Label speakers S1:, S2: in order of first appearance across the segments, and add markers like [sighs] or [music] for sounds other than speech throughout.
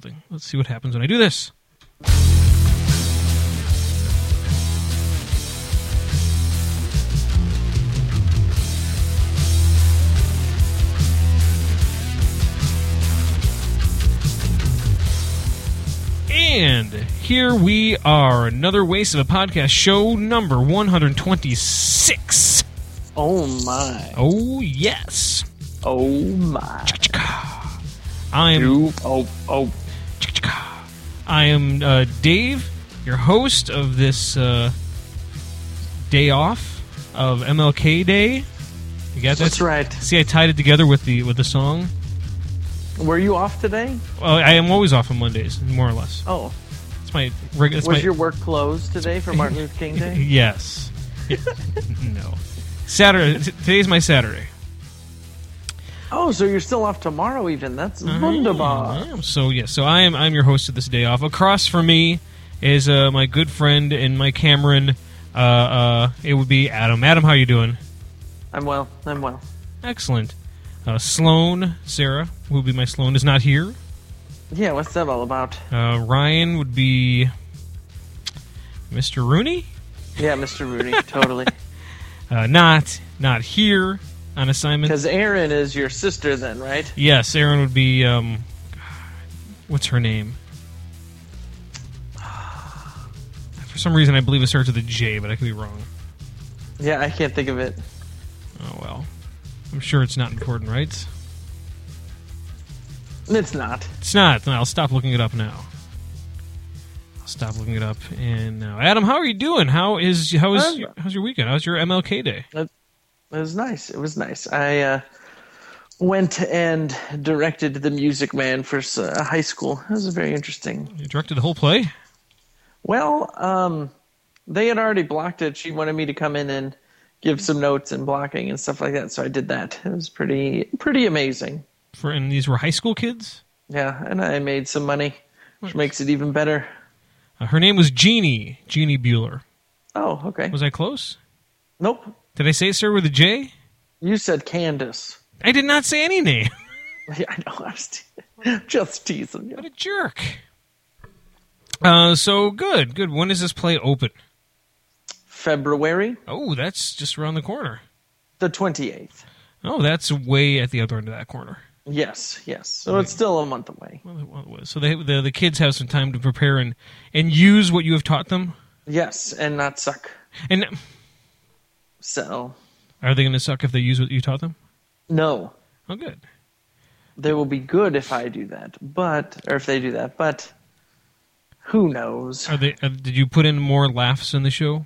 S1: something. Let's see what happens when I do this. And here we are, another waste of a podcast show number 126.
S2: Oh my.
S1: Oh, yes.
S2: Oh my.
S1: I am
S2: You. Oh, oh.
S1: I am uh, Dave, your host of this uh, day off of MLK Day. You got that?
S2: That's right.
S1: See, I tied it together with the with the song.
S2: Were you off today?
S1: Well, I am always off on Mondays, more or less.
S2: Oh.
S1: That's my regular.
S2: Was your work closed today for Martin Luther King
S1: [laughs]
S2: Day?
S1: yes? no. Saturday. t- Today's my Saturday.
S2: Oh, so you're still off tomorrow even. That's
S1: Uh-huh.
S2: wunderbar.
S1: Mm, So yes, so I am I'm your host of this day off. Across from me is uh, my good friend and my Cameron. Uh, uh, it would be Adam. Adam, how you doing?
S2: I'm well. I'm well.
S1: Excellent. Uh, Sloan, Sarah, who would be my Sloan, is not here.
S2: Yeah, what's that all about?
S1: Uh, Ryan would be Mr. Rooney,
S2: Yeah,
S1: [laughs]
S2: Mr. Rudy, totally.
S1: uh, not not here on assignment.
S2: Because Aaron is your sister then, right?
S1: Yes, Erin would be. Um, what's her name? [sighs] For some reason, I believe it starts with a J, but I could be wrong.
S2: Yeah, I can't think of it.
S1: Oh well, I'm sure it's not important, right?
S2: It's not.
S1: It's not. Then I'll stop looking it up now. I'll stop looking it up and now. Adam, how are you doing? How is how is
S2: I'm-
S1: your, how's your weekend? How's your MLK day?
S2: It was nice. It was nice. I uh, went and directed The Music Man for s- uh, high school. It was very interesting.
S1: You directed the whole play.
S2: Well, um, they had already blocked it. She wanted me to come in and give some notes and blocking and stuff like that. So I did that. It was pretty pretty amazing.
S1: For and these were high school kids.
S2: Yeah, and I made some money, which makes it even better.
S1: Uh, her name was Jeannie. Jeannie Bueller.
S2: Oh, okay.
S1: Was I close?
S2: Nope.
S1: Did I say sir with a J?
S2: You said Candace. [laughs]
S1: I did not say any name. [laughs]
S2: Yeah, I know. [laughs] I was te- [laughs] just teasing you.
S1: What a jerk. Uh, so good, good. When does this play open?
S2: February
S1: Oh, that's just around the corner.
S2: the 28th.
S1: Oh, that's way at the other end of that corner.
S2: Yes, yes. So it's still a month away.
S1: Well, it- well, it was. So they, the the kids have some time to prepare and and use what you have taught them.
S2: Yes, and not suck.
S1: And
S2: So,
S1: are they going to suck if they use what you taught them?
S2: no.
S1: Oh, good.
S2: They will be good if I do that, but, or if they do that, but who knows?
S1: Are they? Uh, did you put in more laughs in the show?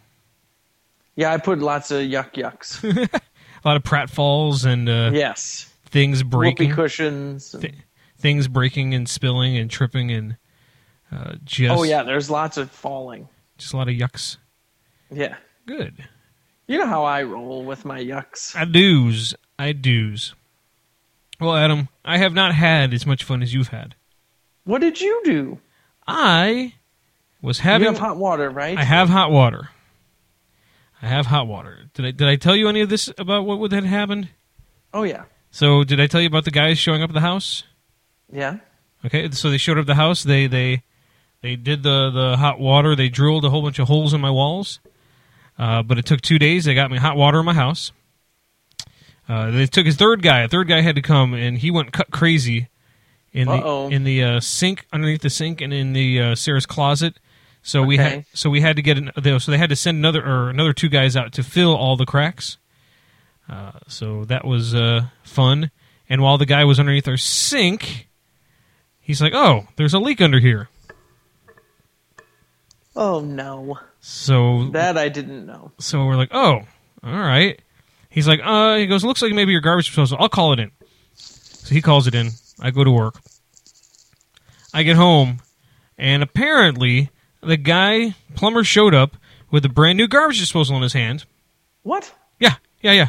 S2: Yeah, I put lots of
S1: [laughs]
S2: yuck yucks.
S1: A lot of pratfalls and uh,
S2: yes.
S1: things
S2: Whoopee
S1: breaking,
S2: cushions. and-
S1: Th- things breaking and spilling and tripping and uh, just
S2: oh, yeah, there's lots of falling.
S1: just a lot of yucks.
S2: Yeah.
S1: Good.
S2: You know how I roll with my yucks.
S1: I do's. I do's. Well, Adam, I have not had as much fun as you've had.
S2: What did you do?
S1: I was having
S2: you have hot water, right?
S1: I have hot water. I have hot water. Did I did I tell you any of this about what would had happened?
S2: oh, yeah.
S1: So did I tell you about the guys showing up at the house?
S2: Yeah.
S1: Okay, so they showed up at the house. They they they did the the hot water. They drilled a whole bunch of holes in my walls. Uh, but it took two days. They got me hot water in my house. Uh, they took his third guy. A third guy had to come, and he went cut crazy in
S2: Uh-oh.
S1: the in the uh, sink underneath the sink and in the uh, Sarah's closet. So we
S2: Okay.
S1: had so we had to get an, they- so they had to send another or another two guys out to fill all the cracks. Uh, so that was uh, fun. And while the guy was underneath our sink, he's like, "Oh, there's a leak under here."
S2: Oh, no.
S1: So
S2: That I didn't know.
S1: So we're like, oh, all right. He's like, uh, he goes, looks like maybe your garbage disposal. I'll call it in. So he calls it in. I go to work. I get home, and apparently the guy plumber showed up with a brand new garbage disposal in his hand.
S2: What?
S1: Yeah, yeah, yeah.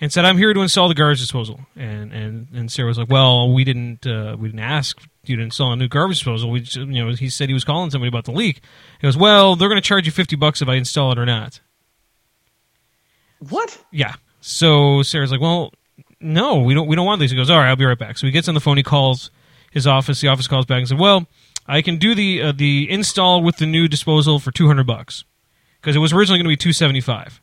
S1: And said, "I'm here to install the garbage disposal." And and and Sarah was like, "Well, we didn't uh, we didn't ask you to install a new garbage disposal. We just, you know he said he was calling somebody about the leak." He goes, "Well, they're going to charge you fifty bucks if I install it or not."
S2: What?
S1: Yeah. So Sarah's like, "Well, no, we don't. We don't want these." He goes, "All right, I'll be right back." So he gets on the phone. He calls his office. The office calls back and said, "Well, I can do the uh, the install with the new disposal for two hundred bucks because it was originally going to be two seventy five.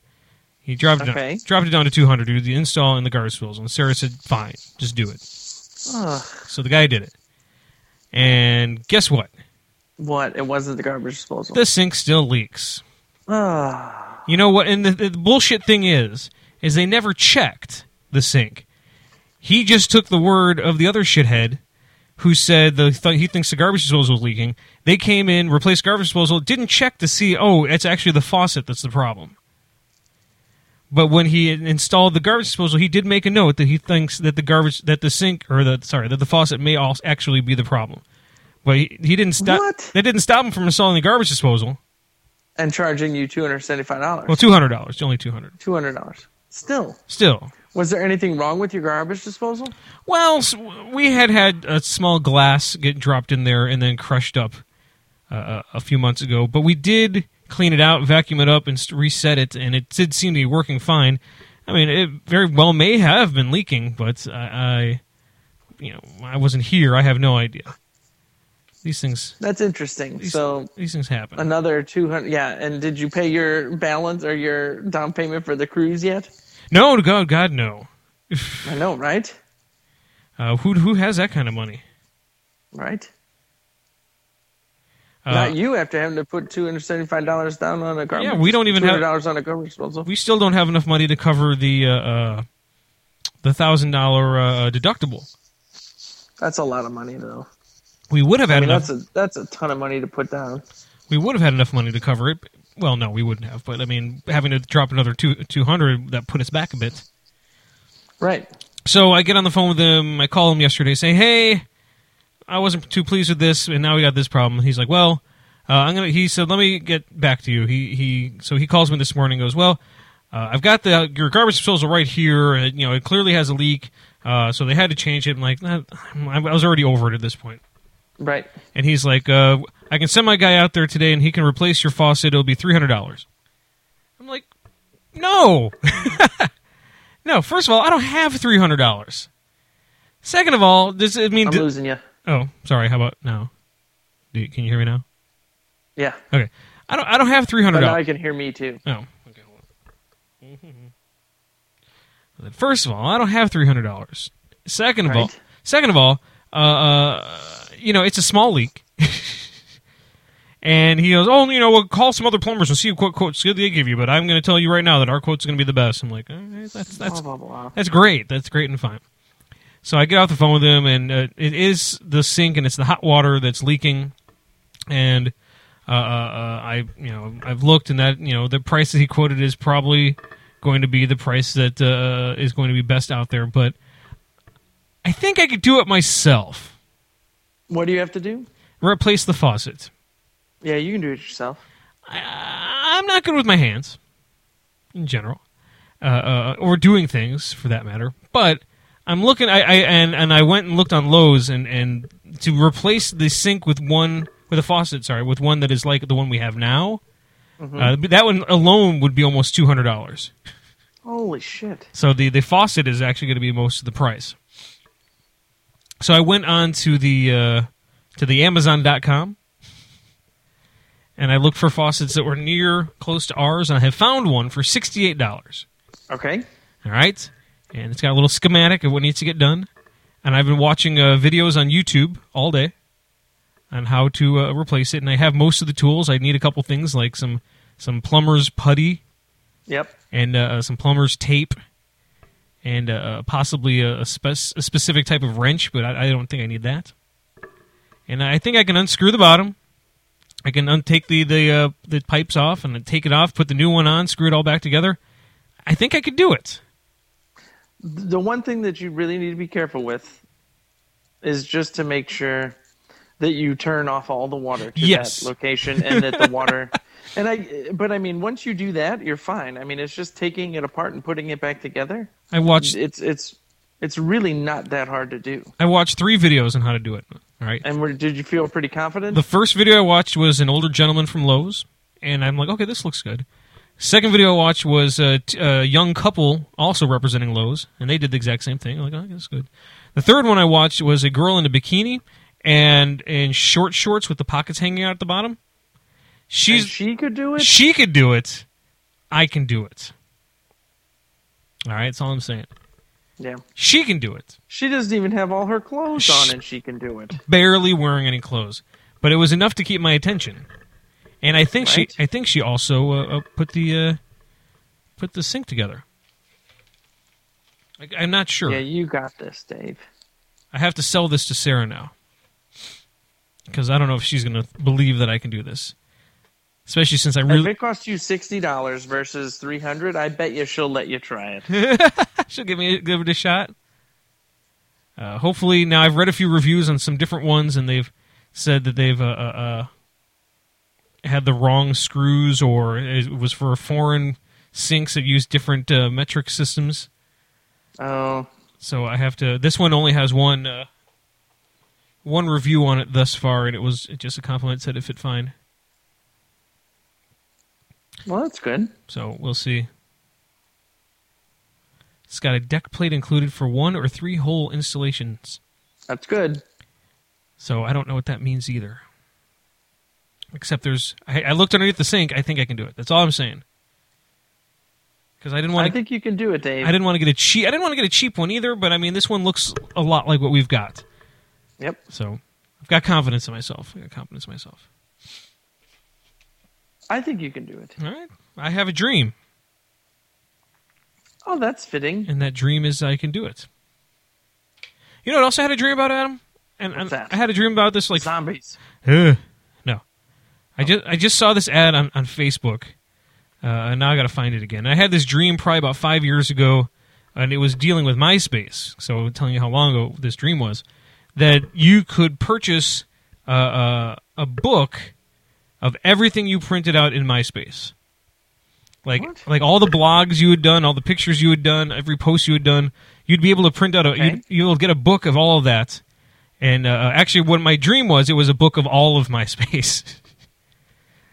S1: He dropped it
S2: Okay.
S1: down, dropped it down to two hundred to do the install and the garbage disposal. And Sarah said, "Fine, just do it."
S2: Ugh,
S1: So the guy did it, and guess what?
S2: what? It wasn't the garbage disposal.
S1: The sink still leaks.
S2: Ugh.
S1: You know what? And the, the bullshit thing is, is they never checked the sink. He just took the word of the other shithead who said the th- he thinks the garbage disposal was leaking. They came in, replaced garbage disposal, didn't check to see, oh, it's actually the faucet that's the problem. But when he in- installed the garbage disposal, he did make a note that he thinks that the garbage that the sink or the sorry that the faucet may also actually be the problem. But he, he didn't stop.
S2: What?
S1: That didn't stop him from installing the garbage disposal.
S2: and charging you two hundred seventy-five dollars.
S1: Well, two hundred dollars, only two hundred.
S2: two hundred dollars. Still,
S1: Still,
S2: was there anything wrong with your garbage disposal?
S1: Well, s we had had a small glass get dropped in there and then crushed up uh, a- a few months ago, but we did clean it out, vacuum it up, and s- reset it, and it did seem to be working fine. I mean, it very well may have been leaking, but I, I you know, I wasn't here. I have no idea. These things,
S2: That's interesting.
S1: these,
S2: So
S1: these things happen.
S2: another two hundred. Yeah, and did you pay your balance or your down payment for the cruise yet?
S1: no, God, God, no.
S2: I know, right?
S1: Uh, who who has that kind of money?
S2: Right.
S1: Uh,
S2: Not you after having to put two hundred seventy-five dollars down on a garbage.
S1: Yeah, we don't even have-
S2: dollars on a garbage disposal.
S1: we still don't have enough money to cover the uh, uh, the thousand dollar uh, deductible.
S2: That's a lot of money, though.
S1: We would have had
S2: I mean,
S1: enough.
S2: that's a that's a ton of money to put down.
S1: we would have had enough money to cover it. Well, no, we wouldn't have. But I mean, having to drop another two two hundred that put us back a bit.
S2: Right.
S1: So I get on the phone with him. I call him yesterday, saying, "Hey, I wasn't too pleased with this, and now we got this problem." He's like, "Well, uh, I'm gonna." He said, "Let me get back to you." He he. So he calls me this morning. and Goes, "Well, uh, I've got the your garbage disposal right here. And, you know, it clearly has a leak, uh, so they had to change it." I'm like, "Nah, I'm- I was already over it at this point.
S2: Right.
S1: And he's like, uh, I can send my guy out there today and he can replace your faucet. It'll be $300. I'm like, no. [laughs] no, first of all, I don't have $300. Second of all, does it mean.
S2: I'm
S1: d-
S2: losing you.
S1: oh, sorry. How about now? Do you, can you hear me now?
S2: Yeah.
S1: Okay. I don't, I don't have $300.
S2: But now you can hear me too.
S1: Oh. Okay, hold [laughs] on. First of all, I don't have three hundred dollars. Second of all,
S2: Right.
S1: second of all, uh, uh, you know it's a small leak. [laughs] and he goes, "Oh, you know, we'll call some other plumbers and see what quotes they give you." But I'm going to tell you right now that our quote's going to be the best. I'm like, "Okay, that's that's
S2: Blah blah blah.
S1: that's great. That's great and fine. So I get off the phone with him, and uh, it is the sink, and it's the hot water that's leaking. And uh, uh, uh, I, you know, I've looked, and that you know the price that he quoted is probably going to be the price that uh, is going to be best out there. But I think I could do it myself.
S2: What do you have to do?
S1: Replace the faucet.
S2: Yeah, you can do it yourself.
S1: I, I'm not good with my hands in general, uh, uh, or doing things for that matter. But I'm looking. I, I and and I went and looked on Lowe's and and to replace the sink with one with a faucet. Sorry, with one that is like the one we have now. Uh, but that one alone would be almost two hundred dollars.
S2: Holy shit.
S1: So the, the faucet is actually going to be most of the price. So I went on to the uh, to the Amazon.com and I looked for faucets that were near close to ours, and I have found one for sixty eight dollars.
S2: Okay.
S1: All right, and it's got a little schematic of what needs to get done, and I've been watching uh, videos on YouTube all day on how to uh, replace it, and I have most of the tools. I need a couple things like some some plumber's putty
S2: Yep.
S1: and uh, some plumber's tape and uh, possibly a, a, spec- a specific type of wrench, but I, I don't think I need that. And I think I can unscrew the bottom. I can untake the the uh, the pipes off and then take it off, put the new one on, screw it all back together. I think I could do it.
S2: The one thing that you really need to be careful with is just to make sure that you turn off all the water to
S1: Yes.
S2: that location and that the water [laughs] and I but I mean once you do that you're fine. I mean it's just taking it apart and putting it back together.
S1: I watched
S2: It's it's it's really not that hard to do.
S1: I watched three videos on how to do it. All right.
S2: And were, did you feel pretty confident?
S1: The first video I watched was an older gentleman from Lowe's, and I'm like, okay, this looks good. Second video I watched was a, t- a young couple also representing Lowe's, and they did the exact same thing. I'm like, oh, that's good. The third one I watched was a girl in a bikini, and in short shorts with the pockets hanging out at the bottom.
S2: And
S1: She's
S2: she could do it.
S1: she could do it. I can do it. All right, that's all I'm saying.
S2: Yeah.
S1: She can do it.
S2: She doesn't even have all her clothes
S1: Shh.
S2: on, and she can do it.
S1: Barely wearing any clothes, but it was enough to keep my attention. And I think
S2: Right.
S1: she, I think she also uh, uh, put the uh, put the sink together. I, I'm not sure.
S2: Yeah, you got this, Dave.
S1: I have to sell this to Sarah now. Because I don't know if she's going to believe that I can do this. Especially since I
S2: If
S1: really.
S2: it costs you sixty dollars versus three hundred, I bet you she'll let you try
S1: [laughs]
S2: it.
S1: She'll give, me, give it a shot. Uh, hopefully, now I've read a few reviews on some different ones, and they've said that they've uh, uh, uh, had the wrong screws or it was for foreign sinks that use different uh, metric systems.
S2: Oh,
S1: So I have to. This one only has one uh, one review on it thus far, and it was just a compliment. Said it fit fine.
S2: well, that's good.
S1: So we'll see. It's got a deck plate included for one or three hole installations.
S2: That's good.
S1: So I don't know what that means either. Except there's, I, I looked underneath the sink. I think I can do it. That's all I'm saying. Because I didn't
S2: I
S1: want to,
S2: think you can do it, Dave.
S1: I didn't want to get a cheap, I didn't want to get a cheap one either. But I mean, this one looks a lot like what we've got.
S2: Yep.
S1: So I've got confidence in myself. I got confidence in myself.
S2: I think you can do it.
S1: All right. I have a dream,
S2: Oh, that's fitting.
S1: and that dream is I can do it. You know, what else I had a dream about Adam, and, and
S2: What's that?
S1: I had a dream about this like
S2: Zombies.
S1: Ugh. No, I just I just saw this ad on on Facebook, uh, and now I got to find it again. I had this dream probably about five years ago, and it was dealing with MySpace. So I'm telling you how long ago this dream was that you could purchase uh, uh, a book of everything you printed out in MySpace. Like
S2: What?
S1: like all the blogs you had done, all the pictures you had done, every post you had done, you'd be able to print out a
S2: Okay.
S1: you'd, you'll get a book of all of that. And uh, actually, what my dream was, it was a book of all of [laughs] MySpace.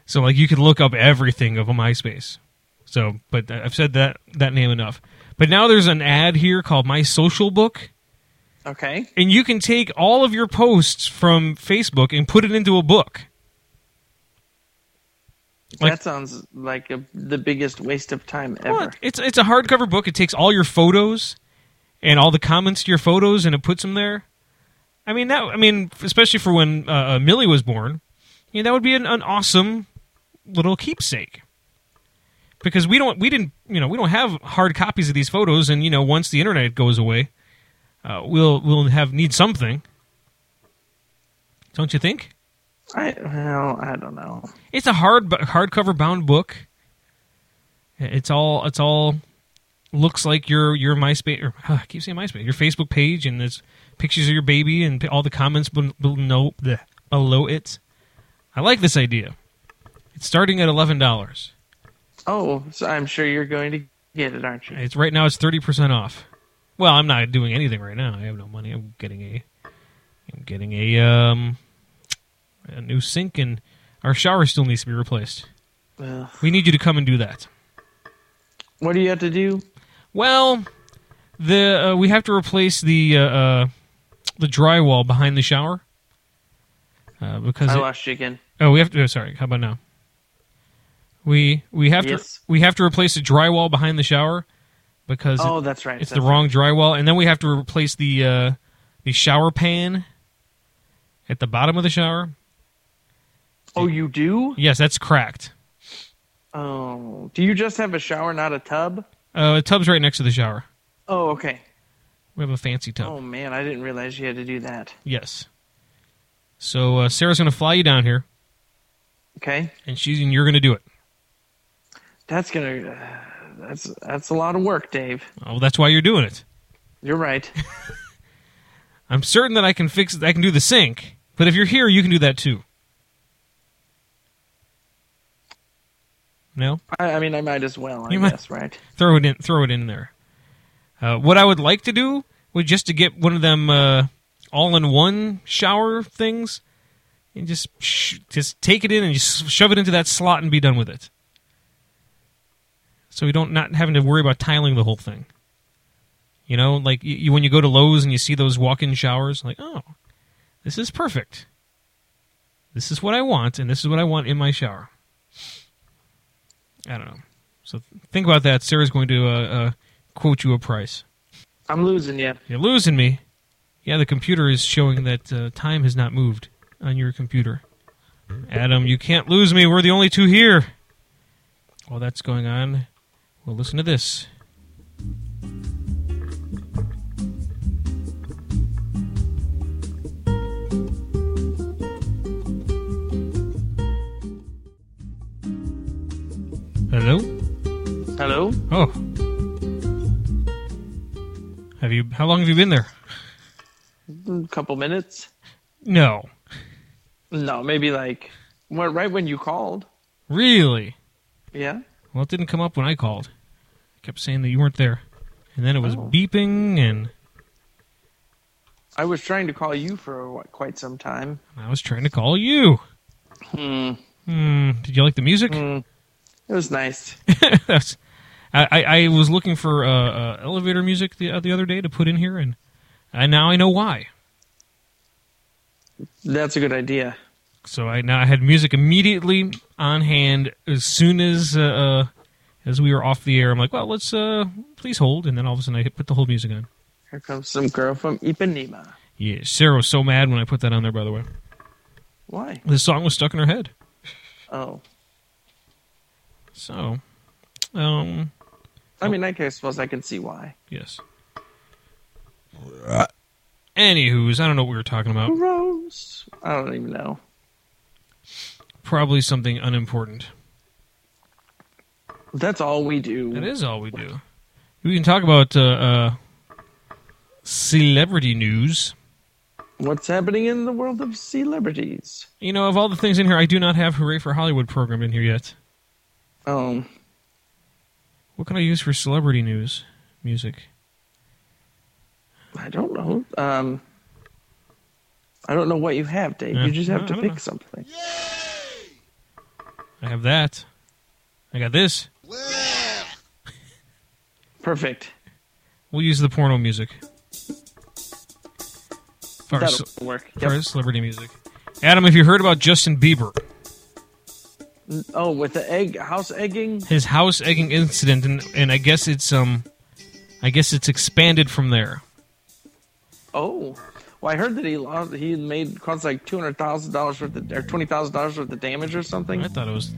S1: so like you could look up everything of a MySpace. So, but I've said that that name enough. But now there's an ad here called My Social Book
S2: Okay.
S1: and you can take all of your posts from Facebook and put it into a book. Like-
S2: that sounds like a, the biggest waste of time ever.
S1: Well, it's it's a hardcover book. It takes all your photos and all the comments to your photos, and it puts them there. I mean that. I mean, especially for when uh, uh, Millie was born, you know, that would be an, an awesome little keepsake. Because we don't, we didn't, you know, we don't have hard copies of these photos, and you know, once the internet goes away, uh, we'll we'll have need something. Don't you think?
S2: I well, I don't know.
S1: It's a hard hardcover bound book. It's all it's all looks like your your MySpace. Or, ah, I keep saying MySpace. Your Facebook page and there's pictures of your baby and all the comments bel- below bleh, below it. I like this idea. It's starting at eleven dollars.
S2: Oh, so I'm sure you're going to get it, aren't you?
S1: It's right now it's thirty percent off. Well, I'm not doing anything right now. I have no money. I'm getting a I'm getting a um a new sink and our shower still needs to be replaced.
S2: Ugh.
S1: We need you to come and do that.
S2: What do you have to do?
S1: Well, the uh, we have to replace the uh, uh, the drywall behind the shower uh, because
S2: I
S1: it-
S2: lost you again.
S1: oh we have to oh, sorry how about now we we have
S2: Yes.
S1: to we have to replace the drywall behind the shower because it-
S2: Oh, that's right.
S1: it's the
S2: that's
S1: wrong drywall and then we have to replace the uh, the shower pan at the bottom of the shower
S2: Oh, you do?
S1: yes that's cracked
S2: Oh, do you just have a shower, not a tub?
S1: uh, the tub's right next to the shower
S2: Oh, okay.
S1: we have a fancy tub
S2: Oh man, I didn't realize you had to do that.
S1: yes so uh, Sarah's gonna fly you down here
S2: Okay,
S1: and she's and you're gonna do it.
S2: that's gonna. Uh, that's that's a lot of work, Dave.
S1: Oh, that's why you're doing it.
S2: You're right.
S1: I'm certain that I can fix. I can do the sink, but if you're here, you can do that too. No,
S2: I, I mean, I might as well. I
S1: You might-
S2: guess, right?
S1: throw it in. Throw it in there. Uh, what I would like to do would just to get one of them uh, all-in-one shower things, and just sh- just take it in and just shove it into that slot and be done with it. So we don't not having to worry about tiling the whole thing. You know, like you, you, when you go to Lowe's and you see those walk-in showers, like oh, This is perfect. This is what I want, and this is what I want in my shower. I don't know. So think about that. Sarah's going to uh, uh, quote you a price.
S2: I'm losing you.
S1: You're losing me. Yeah, the computer is showing that uh, time has not moved on your computer. Adam, you can't lose me. We're the only two here. While that's going on, we'll listen to this. Hello?
S2: Hello?
S1: Oh. Have you how long have you been there?
S2: A couple minutes?
S1: No.
S2: No, maybe like well, right when you called.
S1: Really?
S2: Yeah.
S1: Well, it didn't come up when I called. It kept saying that you weren't there. And then it was
S2: Oh.
S1: beeping and
S2: I was trying to call you for what, quite some time.
S1: I was trying to call you.
S2: Hmm.
S1: Hmm, did you like the music?
S2: Hmm. It was nice.
S1: [laughs] That's, I, I- I was looking for uh, uh, elevator music the, uh, the other day to put in here, and I, now I know why.
S2: That's a good idea.
S1: So I now I had music immediately on hand as soon as uh, uh, as we were off the air. I'm like, well, let's uh, please hold, and then all of a sudden I hit, put the whole music on.
S2: Here comes some girl from Ipanema.
S1: Yeah, Sarah was so mad when I put that on there. By the way,
S2: Why?
S1: this song was stuck in her head.
S2: Oh.
S1: So, um,
S2: I mean, I suppose I can see why.
S1: yes. Anywho's, I don't know what we were talking about.
S2: Gross. I don't even know.
S1: Probably something unimportant.
S2: That's all we do.
S1: That is all we do. We can talk about uh, uh, celebrity news.
S2: What's happening in the world of celebrities?
S1: You know, of all the things in here, I do not have Hooray for Hollywood program in here yet.
S2: Um,
S1: What can I use for celebrity news? Music.
S2: I don't know. Um, I don't know what you have, Dave.
S1: Yeah.
S2: You just have
S1: I
S2: to
S1: don't
S2: pick
S1: know.
S2: something.
S1: I have that. I got this.
S2: Perfect.
S1: We'll use the porno music. For, our
S2: That'll
S1: ce-
S2: work.
S1: for our
S2: Yep.
S1: celebrity music. Adam, have you heard about Justin Bieber?
S2: Oh, with the egg house egging.
S1: His house egging incident, and, and I guess it's um, I guess it's expanded from there.
S2: Oh, well, I heard that he lost. He made caused like two hundred thousand dollars worth of, or twenty thousand dollars worth of damage or something.
S1: I thought it was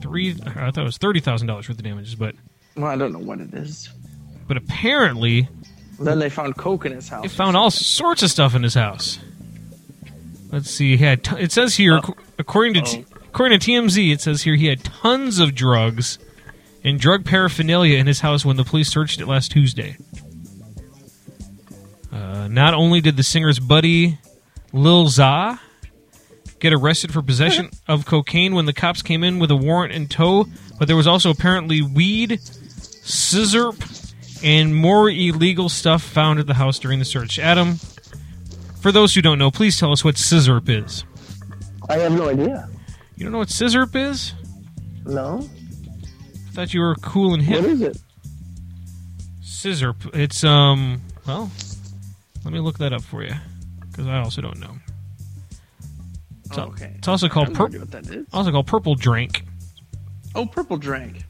S1: three. I thought it was thirty thousand dollars worth of damages, but
S2: Well, I don't know what it is.
S1: but apparently
S2: Then they found coke in his house.
S1: they found all sorts of stuff in his house. Let's see. He had. T- it says here, ac- according to t- according to TMZ, it says here he had tons of drugs and drug paraphernalia in his house when the police searched it last Tuesday. Uh, not only did the singer's buddy Lil Za get arrested for possession of cocaine when the cops came in with a warrant in tow, but there was also apparently weed, scissor, and more illegal stuff found at the house during the search. Adam, for those who don't know, please tell us what scissor is.
S2: I have no idea.
S1: You don't know what scissor is?
S2: No,
S1: I thought you were cool and hip.
S2: is it?
S1: Scissor. It's um. Well, let me look that up for you because I also don't know. It's, al-
S2: okay.
S1: it's also
S2: I
S1: called
S2: have no
S1: pur-
S2: idea what that is.
S1: also called purple drink.
S2: Oh, purple drink.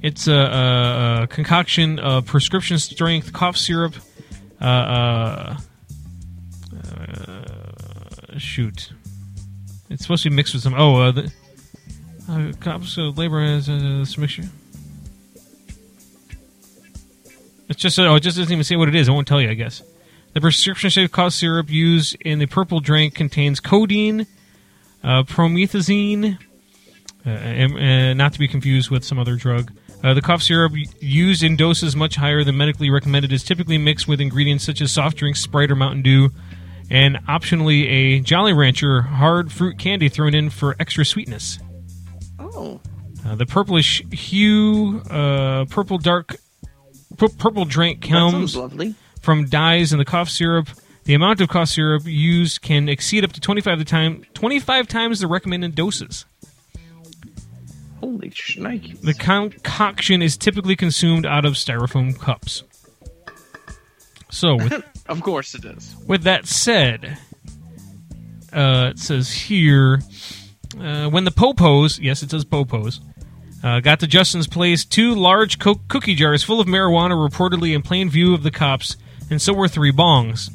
S1: It's a, a, a concoction of prescription strength cough syrup. Uh, uh, uh, shoot, it's supposed to be mixed with some. Oh, uh, the, uh, cops of labor is uh, this mixture. It's just oh, it just doesn't even say what it is. I won't tell you. I guess the prescription strength cough syrup used in the purple drink contains codeine, uh, promethazine, uh, and, uh, not to be confused with some other drug. Uh, the cough syrup y- used in doses much higher than medically recommended is typically mixed with ingredients such as soft drinks, Sprite, or Mountain Dew, and optionally a Jolly Rancher hard fruit candy thrown in for extra sweetness.
S2: Oh,
S1: Uh, the purplish hue, uh, purple dark, pu- purple drink
S2: that
S1: comes
S2: sounds lovely.
S1: from dyes in the cough syrup. The amount of cough syrup used can exceed up to 25 the time 25 times the recommended doses.
S2: Holy shnikes.
S1: The concoction is typically consumed out of styrofoam cups. So, with,
S2: of course it is.
S1: with that said, uh, it says here uh, when the popos, yes, it says popos, uh, got to Justin's place, two large co- cookie jars full of marijuana were reportedly in plain view of the cops, and so were three bongs.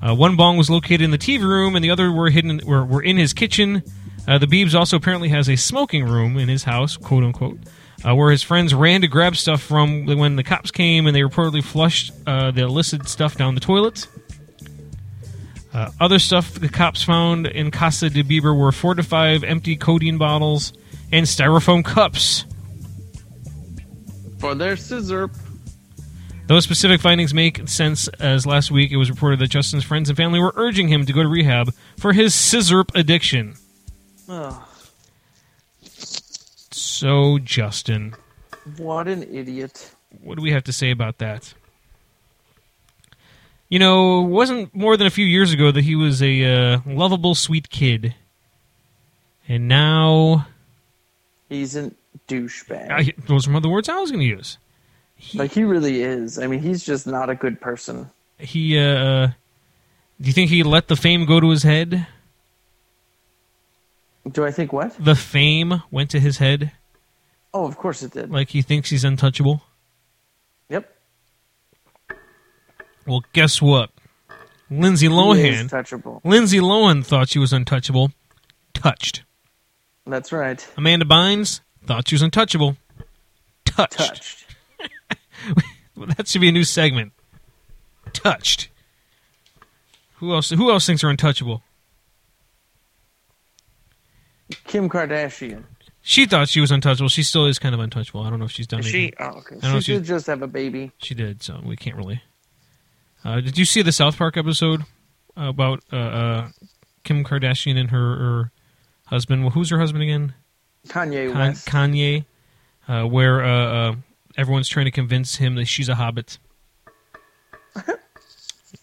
S1: Uh, one bong was located in the TV room, and the other were hidden were, were in his kitchen. Uh, the Beebs also apparently has a smoking room in his house, quote unquote, uh, where his friends ran to grab stuff from when the cops came, and they reportedly flushed uh, the illicit stuff down the toilet. Uh, other stuff the cops found in Casa de Bieber were four to five empty codeine bottles and styrofoam cups.
S2: For their scissor.
S1: Those specific findings make sense as last week it was reported that Justin's friends and family were urging him to go to rehab for his scissorp addiction.
S2: Oh,
S1: So, Justin,
S2: what an idiot.
S1: what do we have to say about that? You know, it wasn't more than a few years ago that he was a uh, lovable, sweet kid. And now,
S2: He's a douchebag.
S1: I, those are the words I was going to use.
S2: like he really is. I mean, he's just not a good person.
S1: He, uh, do you think he let the fame go to his head?
S2: Do I think what?
S1: The fame went to his head?
S2: Oh, of course it did.
S1: Like he thinks he's untouchable?
S2: Yep.
S1: Well, guess what? Lindsay
S2: He is
S1: Lohan.
S2: touchable.
S1: Lindsay Lohan thought she was untouchable. Touched.
S2: That's right.
S1: Amanda Bynes thought she was untouchable. Touched.
S2: Touched.
S1: [laughs] Well, that should be a new segment. Touched. Who else? Who else thinks they're untouchable?
S2: Kim Kardashian.
S1: She thought she was untouchable. She still is kind of untouchable. I don't know if she's done
S2: She.
S1: anything.
S2: Oh, okay.
S1: know
S2: She
S1: if she's-
S2: did just have a baby.
S1: She did, so we can't really. Uh, did you see the South Park episode about uh, uh, Kim Kardashian and her, her husband? Well, who's her husband again?
S2: Kanye
S1: Kan-
S2: West.
S1: Kanye, uh, where uh, uh, everyone's trying to convince him that she's a
S2: [laughs]
S1: hobbit.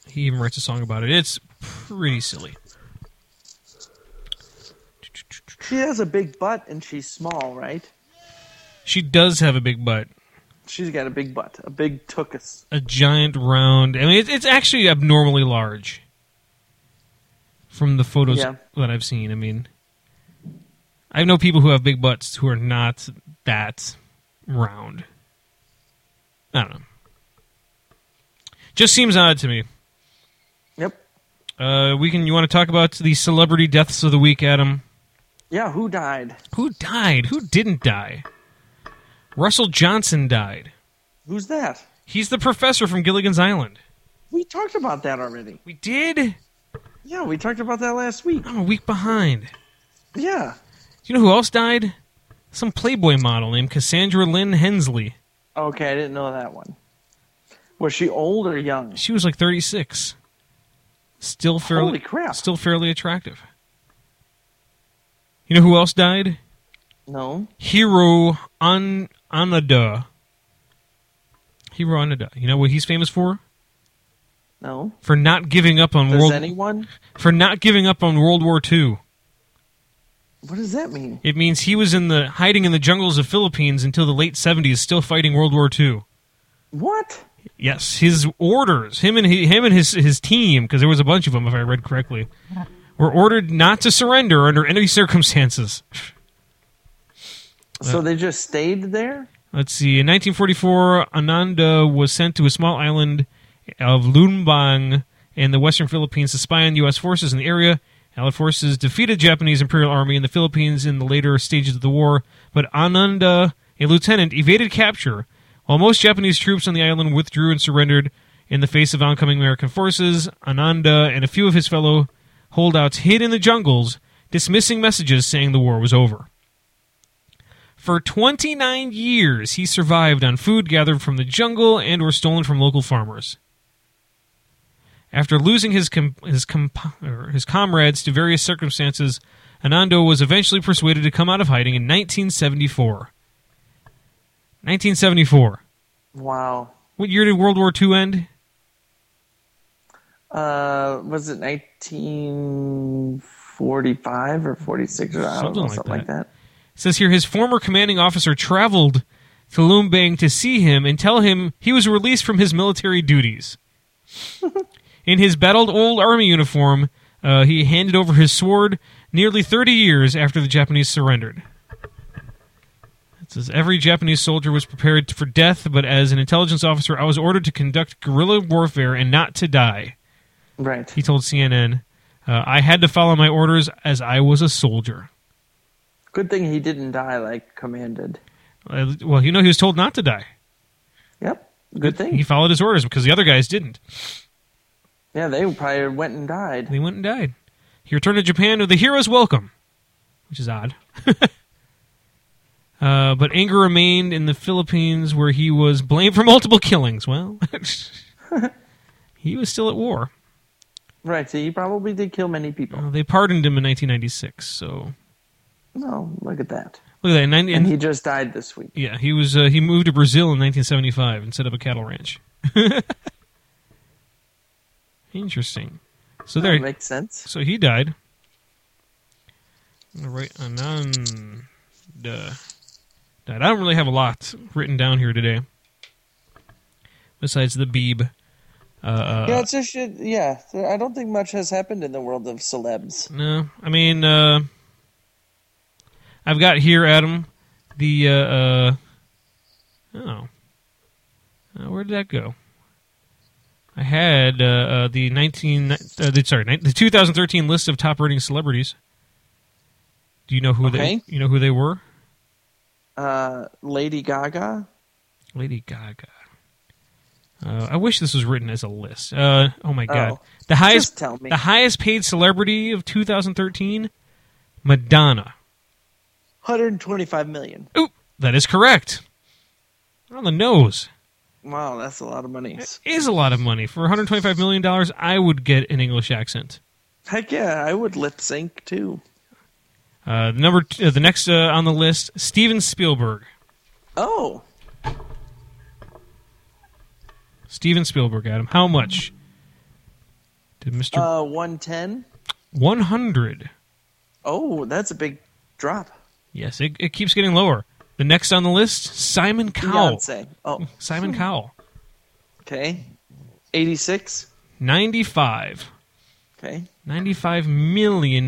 S1: he even writes a song about it. It's pretty silly.
S2: She has a big butt and she's small, right?
S1: She does have a big butt,
S2: She's got a big butt, a big tuchus.
S1: a giant round. I mean, it's, it's actually abnormally large from the photos
S2: Yeah.
S1: that I've seen. I mean, I know people who have big butts who are not that round. I don't know. Just seems odd to me.
S2: Yep.
S1: Uh, we can. You want to talk about the celebrity deaths of the week, Adam?
S2: Yeah, who died?
S1: Who died? Who didn't die? Russell Johnson died.
S2: Who's that?
S1: He's the professor from Gilligan's Island.
S2: We talked about that already.
S1: We did.
S2: Yeah, we talked about that last week.
S1: I'm a week behind.
S2: Yeah.
S1: Do you know who else died? Some Playboy model named Cassandra Lynn Hensley.
S2: Okay, I didn't know that one. Was she old or young?
S1: She was like 36. Still fairly
S2: Holy crap.
S1: still fairly attractive. You know who else died?
S2: No.
S1: Hiro An- Anada. Hiro Anada. You know what he's famous for?
S2: No.
S1: For not giving up on
S2: Does
S1: world
S2: anyone?
S1: for not giving up on World War II.
S2: What does that mean?
S1: It means he was in the hiding in the jungles of Philippines until the late 70s still fighting World War II.
S2: What?
S1: Yes, his orders, him and he, him and his his team because there was a bunch of them if I read correctly, were ordered not to surrender under any circumstances. Uh,
S2: So they just stayed there?
S1: Let's see. In 1944, Ananda was sent to a small island of Lumbang in the western Philippines to spy on U.S. forces in the area. Allied forces defeated Japanese Imperial Army in the Philippines in the later stages of the war, but Ananda, a lieutenant, evaded capture, while most Japanese troops on the island withdrew and surrendered in the face of oncoming American forces. Ananda and a few of his fellow holdouts hid in the jungles, dismissing messages saying the war was over. For 29 years, he survived on food gathered from the jungle and or stolen from local farmers. After losing his com- his, comp- or his comrades to various circumstances, Anando was eventually persuaded to come out of hiding in 1974. 1974.
S2: Wow.
S1: What year did World War II end?
S2: Uh, was it 1945 or 46 or I don't
S1: Something
S2: know,
S1: like
S2: something like that?
S1: It says here his former commanding officer traveled to Lumbang to see him and tell him he was released from his military duties. In his battled old army uniform, Uh, he handed over his sword nearly 30 years after the Japanese surrendered. It says every Japanese soldier was prepared for death, but as an intelligence officer, I was ordered to conduct guerrilla warfare and not to die.
S2: Right.
S1: He told CNN, uh, "I had to follow my orders as I was a soldier."
S2: Good thing he didn't die like commanded.
S1: Uh, well, you know, he was told not to die.
S2: Yep. Good thing.
S1: He followed his orders because the other guys didn't.
S2: Yeah, they probably went and died.
S1: They went and died. He returned to Japan with a hero's welcome, which is odd. [laughs] uh, but anger remained in the Philippines, where he was blamed for multiple killings. Well, [laughs] he was still at war.
S2: Right, so he probably did kill many people.
S1: Uh, they pardoned him in 1996. So
S2: No, look at that.
S1: look at that. In 90,
S2: And he just died this week.
S1: yeah, he was. Uh, he moved to Brazil in 1975 and set up a cattle ranch. [laughs] Interesting. So there.
S2: That makes sense.
S1: So he died. All right, Ananda died. I don't really have a lot written down here today. Besides the Beeb. Uh, uh,
S2: yeah, it's just it- yeah. I don't think much has happened in the world of celebs.
S1: No, I mean, uh, I've got here, Adam, the, uh, uh oh, uh, where did that go? I had uh, uh, the 19, uh, the, sorry, ni- the 2013 list of top rating celebrities. Do you know who
S2: Okay.
S1: they, you know who they were?
S2: Uh, Lady Gaga.
S1: Lady Gaga. Uh, I wish this was written as a list. Uh, oh my
S2: Oh.
S1: god, the highest,
S2: Just tell me.
S1: the highest paid celebrity of 2013, Madonna.
S2: 125 million.
S1: Oop, that is correct. On the nose.
S2: Wow, that's a lot of money.
S1: Is a lot of money. For $125 million, I would get an English accent.
S2: Heck yeah, I would lip sync too.
S1: Uh, number t- uh, the next uh, on the list, Steven Spielberg.
S2: Oh,
S1: Steven Spielberg, Adam. How much did Mr.
S2: uh, 110.
S1: 100?
S2: Oh, that's a big drop.
S1: Yes, it, it keeps getting lower. The next on the list, Simon Cowell.
S2: Beyonce. Oh,
S1: Simon Cowell.
S2: okay. 86.
S1: 95.
S2: Okay.
S1: $95 million.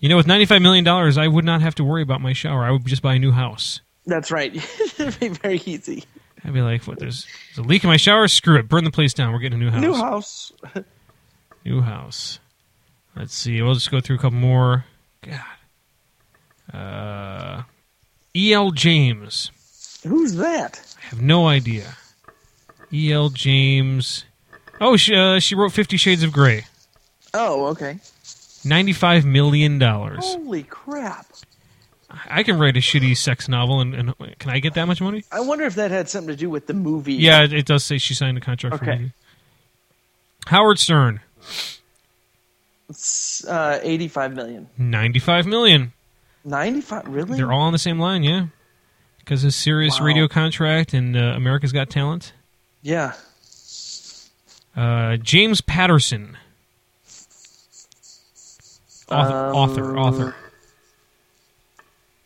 S1: You know, with $95 million, I would not have to worry about my shower. I would just buy a new house.
S2: That's right. [laughs] It'd be very easy.
S1: I'd be like, what? There's, there's a leak in my shower. Screw it. Burn the place down. We're getting a new house.
S2: New house.
S1: New house. Let's see. We'll just go through a couple more. God. Uh, E.L. James.
S2: Who's that?
S1: I have no idea. E.L. James. Oh, she, uh, she wrote Fifty Shades of Grey.
S2: Oh, okay.
S1: $95 million.
S2: Holy crap.
S1: I can write a shitty sex novel, and, and can I get that much money?
S2: I wonder if that had something to do with the movie.
S1: Yeah, it, it does say she signed a contract for
S2: Okay.
S1: me. Howard Stern,
S2: It's, uh, 85 million.
S1: $95 million.
S2: 95? Really?
S1: They're all on the same line, yeah. Because his serious
S2: Wow.
S1: radio contract and uh, America's Got Talent.
S2: yeah.
S1: Uh, James Patterson, author,
S2: Um,
S1: author, author,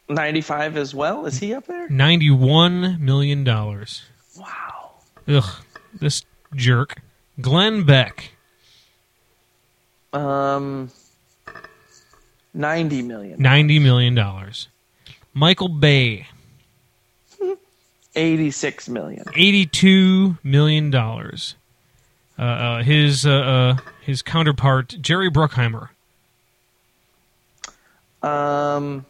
S2: 95 as well? Is he up there?
S1: ninety-one million dollars.
S2: Wow.
S1: Ugh, this jerk. Glenn Beck,
S2: Um, 90 million.
S1: ninety million dollars. Michael Bay,
S2: 86 million.
S1: eighty-two million dollars. Uh, uh, his uh, uh, his counterpart Jerry Bruckheimer,
S2: Um,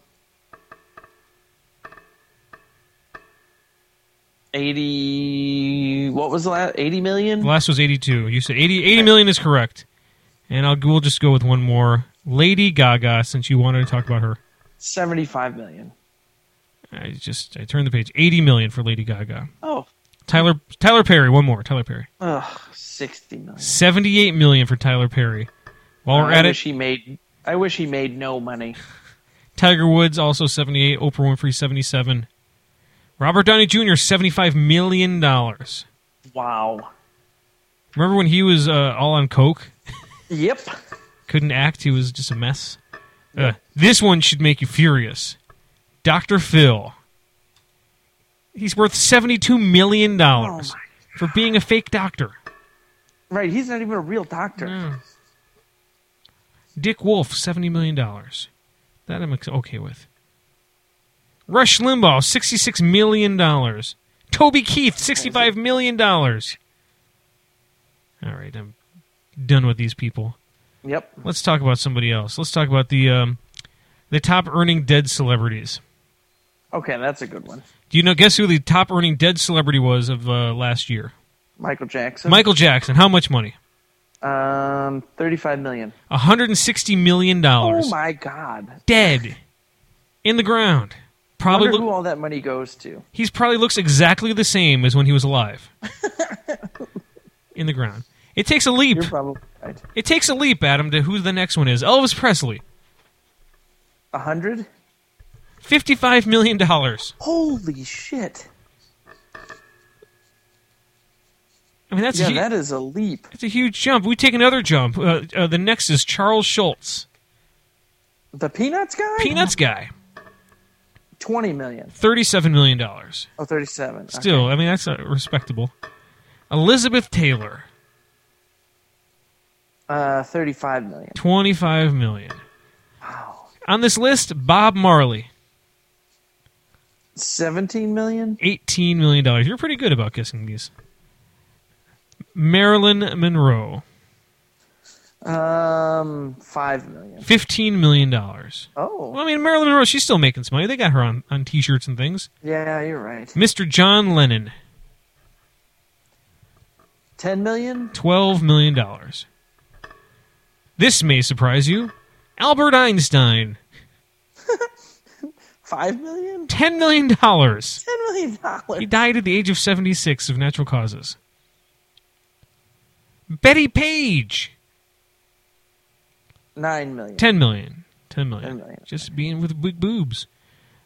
S2: 80. What was the last? 80 million?
S1: The last was 82. You said 80, 80 million is correct. And I'll we'll just go with one more. Lady Gaga, since you wanted to talk about her.
S2: 75 million.
S1: I just I turned the page. 80 million for Lady Gaga.
S2: Oh,
S1: Tyler Tyler Perry, one more. Tyler Perry.
S2: ugh, 60 million.
S1: 78 million for Tyler Perry. While we're
S2: I
S1: at
S2: wish
S1: it,
S2: he made. I wish he made no money.
S1: Tiger Woods also 78, Oprah Winfrey 77. Robert Downey Jr. 75 million dollars.
S2: Wow.
S1: Remember when he was uh, all on coke?
S2: Yep.
S1: Couldn't act, he was just a mess. Uh, this one should make you furious. Dr. Phil. He's worth $72 million for being a fake doctor.
S2: Right. He's not even a real doctor.
S1: Yeah. Dick Wolf, $70 million. That I'm ex- okay with. Rush Limbaugh, $66 million. Toby Keith, $65 million. All right, I'm done with these people.
S2: Yep.
S1: Let's talk about somebody else. Let's talk about the um, the top earning dead celebrities.
S2: Okay, that's a good one.
S1: Do you know? Guess who the top earning dead celebrity was of uh, last year?
S2: Michael Jackson.
S1: Michael Jackson. How much money?
S2: Um, thirty-five million.
S1: hundred and sixty million dollars.
S2: Oh my God!
S1: Dead in the ground. Probably
S2: Wonder
S1: look,
S2: who all that money goes to.
S1: he's probably looks exactly the same as when he was
S2: [laughs]
S1: alive. in the ground. It takes a leap.
S2: You're probably right.
S1: It takes a leap, Adam, to who the next one is. Elvis Presley,
S2: A hundred.
S1: fifty-five million dollars.
S2: Holy shit!
S1: I mean, that's a
S2: yeah,
S1: hu-
S2: that is a leap.
S1: that's a huge jump. We take another jump. Uh, uh, the next is Charles Schultz,
S2: The Peanuts guy.
S1: Peanuts guy,
S2: Twenty million.
S1: thirty-seven million dollars.
S2: Oh, 37. Okay.
S1: Still, I mean, that's uh, respectable. Elizabeth Taylor,
S2: Uh, 35 million.
S1: twenty-five million.
S2: Wow.
S1: On this list, Bob Marley,
S2: 17 million?
S1: eighteen million dollars. You're pretty good about guessing these. Marilyn Monroe,
S2: Um, 5 million.
S1: fifteen million dollars. Well,
S2: Oh,
S1: I mean, Marilyn Monroe, she's still making some money. They got her on, on T-shirts and things.
S2: yeah, you're right.
S1: Mr. John Lennon,
S2: 10 million?
S1: twelve million dollars. This may surprise you. Albert Einstein,
S2: 5 million?
S1: ten million dollars.
S2: 10 million dollars.
S1: He died at the age of 76 of natural causes. Betty Page,
S2: 9 million.
S1: 10 million. 10 million.
S2: 10 million.
S1: Just being with big boobs.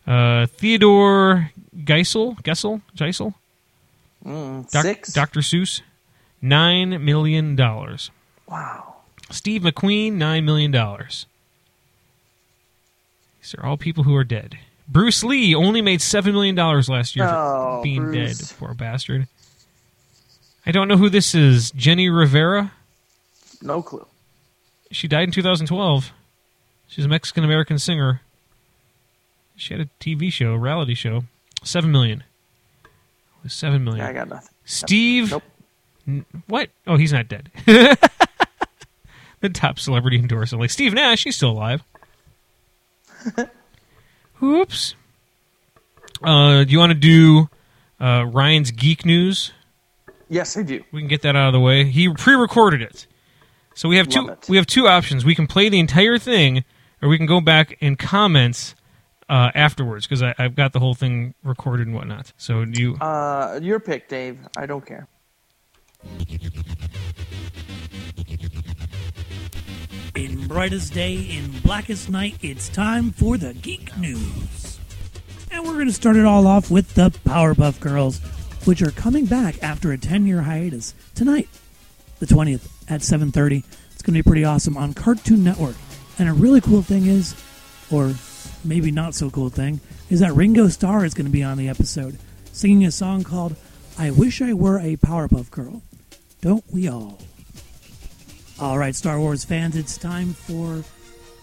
S1: Uh, Theodore Geisel, Gessel, Geisel,
S2: Mm,
S1: Doc-
S2: 6?
S1: Dr. Seuss, $9 million.
S2: wow.
S1: Steve McQueen, $9 million. These are all people who are dead. Bruce Lee only made $7 million last year
S2: Oh,
S1: for being
S2: Bruce.
S1: dead, poor bastard. I don't know who this is. Jenny Rivera?
S2: No clue.
S1: She died in 2012. She's a Mexican American singer. She had a TV show, a reality show. Seven million. It was seven million.
S2: Yeah, I got nothing.
S1: Steve.
S2: Nope.
S1: N- what? Oh, he's not dead. [laughs] the top celebrity endorser, like Steve Nash, he's still
S2: [laughs]
S1: alive. Oops. Uh, do you want to do uh, Ryan's geek news?
S2: Yes, I do.
S1: we can get that out of the way. He pre-recorded it, so we have
S2: Love
S1: two.
S2: it.
S1: We have two options. We can play the entire thing, or we can go back and comments uh, afterwards because I've got the whole thing recorded and whatnot. So do you?
S2: Uh, your pick, Dave. I don't care.
S3: In brightest day, in blackest night, it's time for the Geek News. And we're going to start it all off with the Powerpuff Girls, which are coming back after a 10-year hiatus tonight, the 20th at 7:30. It's going to be pretty awesome on Cartoon Network. And a really cool thing is or maybe not so cool thing is that Ringo Starr is going to be on the episode singing a song called I Wish I Were a Powerpuff Girl. Don't we all? All right, Star Wars fans, it's time for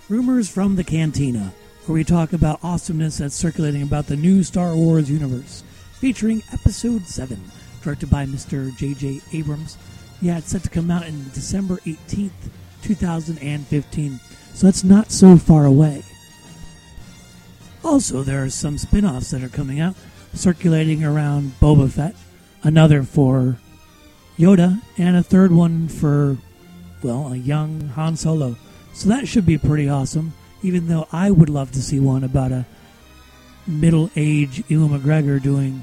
S3: Rumors from the Cantina, where we talk about awesomeness that's circulating about the new Star Wars universe, featuring Episode 7, directed by Mr. J.J. Abrams. Yeah, it's set to come out in December 18th, 2015, so that's not so far away. Also, there are some spin offs that are coming out, circulating around Boba Fett, another for Yoda, and a third one for well, a young Han Solo. So that should be pretty awesome, even though I would love to see one about a middle aged Ewan McGregor doing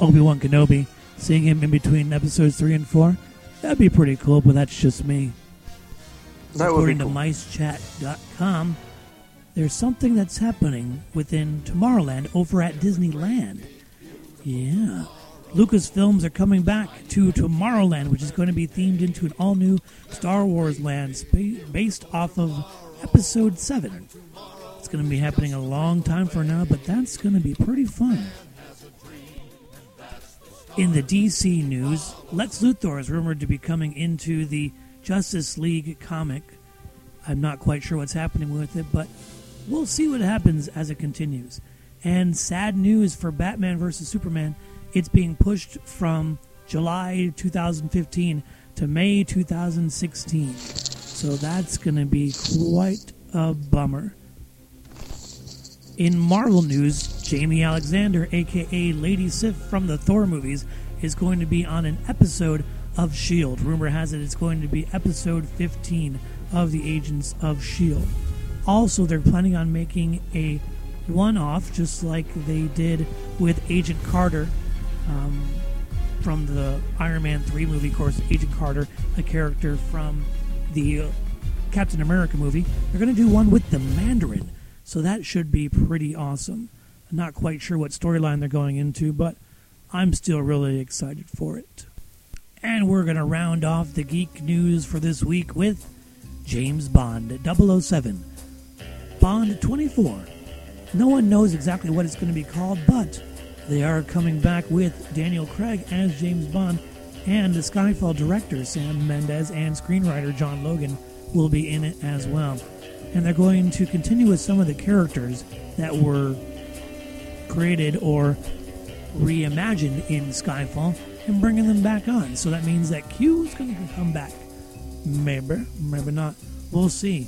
S3: Obi Wan Kenobi, seeing him in between episodes 3 and 4. That'd be pretty cool, but that's just me.
S2: That would be
S3: According
S2: cool.
S3: to micechat.com, there's something that's happening within Tomorrowland over at Disneyland. Yeah. Lucasfilms are coming back to Tomorrowland, which is going to be themed into an all new Star Wars land spa- based off of Episode 7. It's going to be happening a long time from now, but that's going to be pretty fun. In the DC news, Lex Luthor is rumored to be coming into the Justice League comic I'm not quite sure what's happening with it, but we'll see what happens as it continues. And sad news for Batman vs. Superman it's being pushed from July 2015 to May 2016. So that's going to be quite a bummer. In Marvel news, Jamie Alexander, aka Lady Sif from the Thor movies, is going to be on an episode of S.H.I.E.L.D. E Rumor has it it's going to be episode 15 of the Agents of S.H.I.E.L.D. E Also, they're planning on making a one off, just like they did with Agent Carter um, from the Iron Man 3 movie, of course, Agent Carter, a character from the uh, Captain America movie. They're going to do one with the Mandarin, so that should be pretty awesome. I'm not quite sure what storyline they're going into, but I'm still really excited for it. And we're going to round off the geek news for this week with James Bond 007. Bond 24. No one knows exactly what it's going to be called, but they are coming back with Daniel Craig as James Bond, and the Skyfall director Sam Mendes and screenwriter John Logan will be in it as well. And they're going to continue with some of the characters that were created or reimagined in Skyfall and bringing them back on. So that means that Q is going to come back. Maybe, maybe not. We'll see.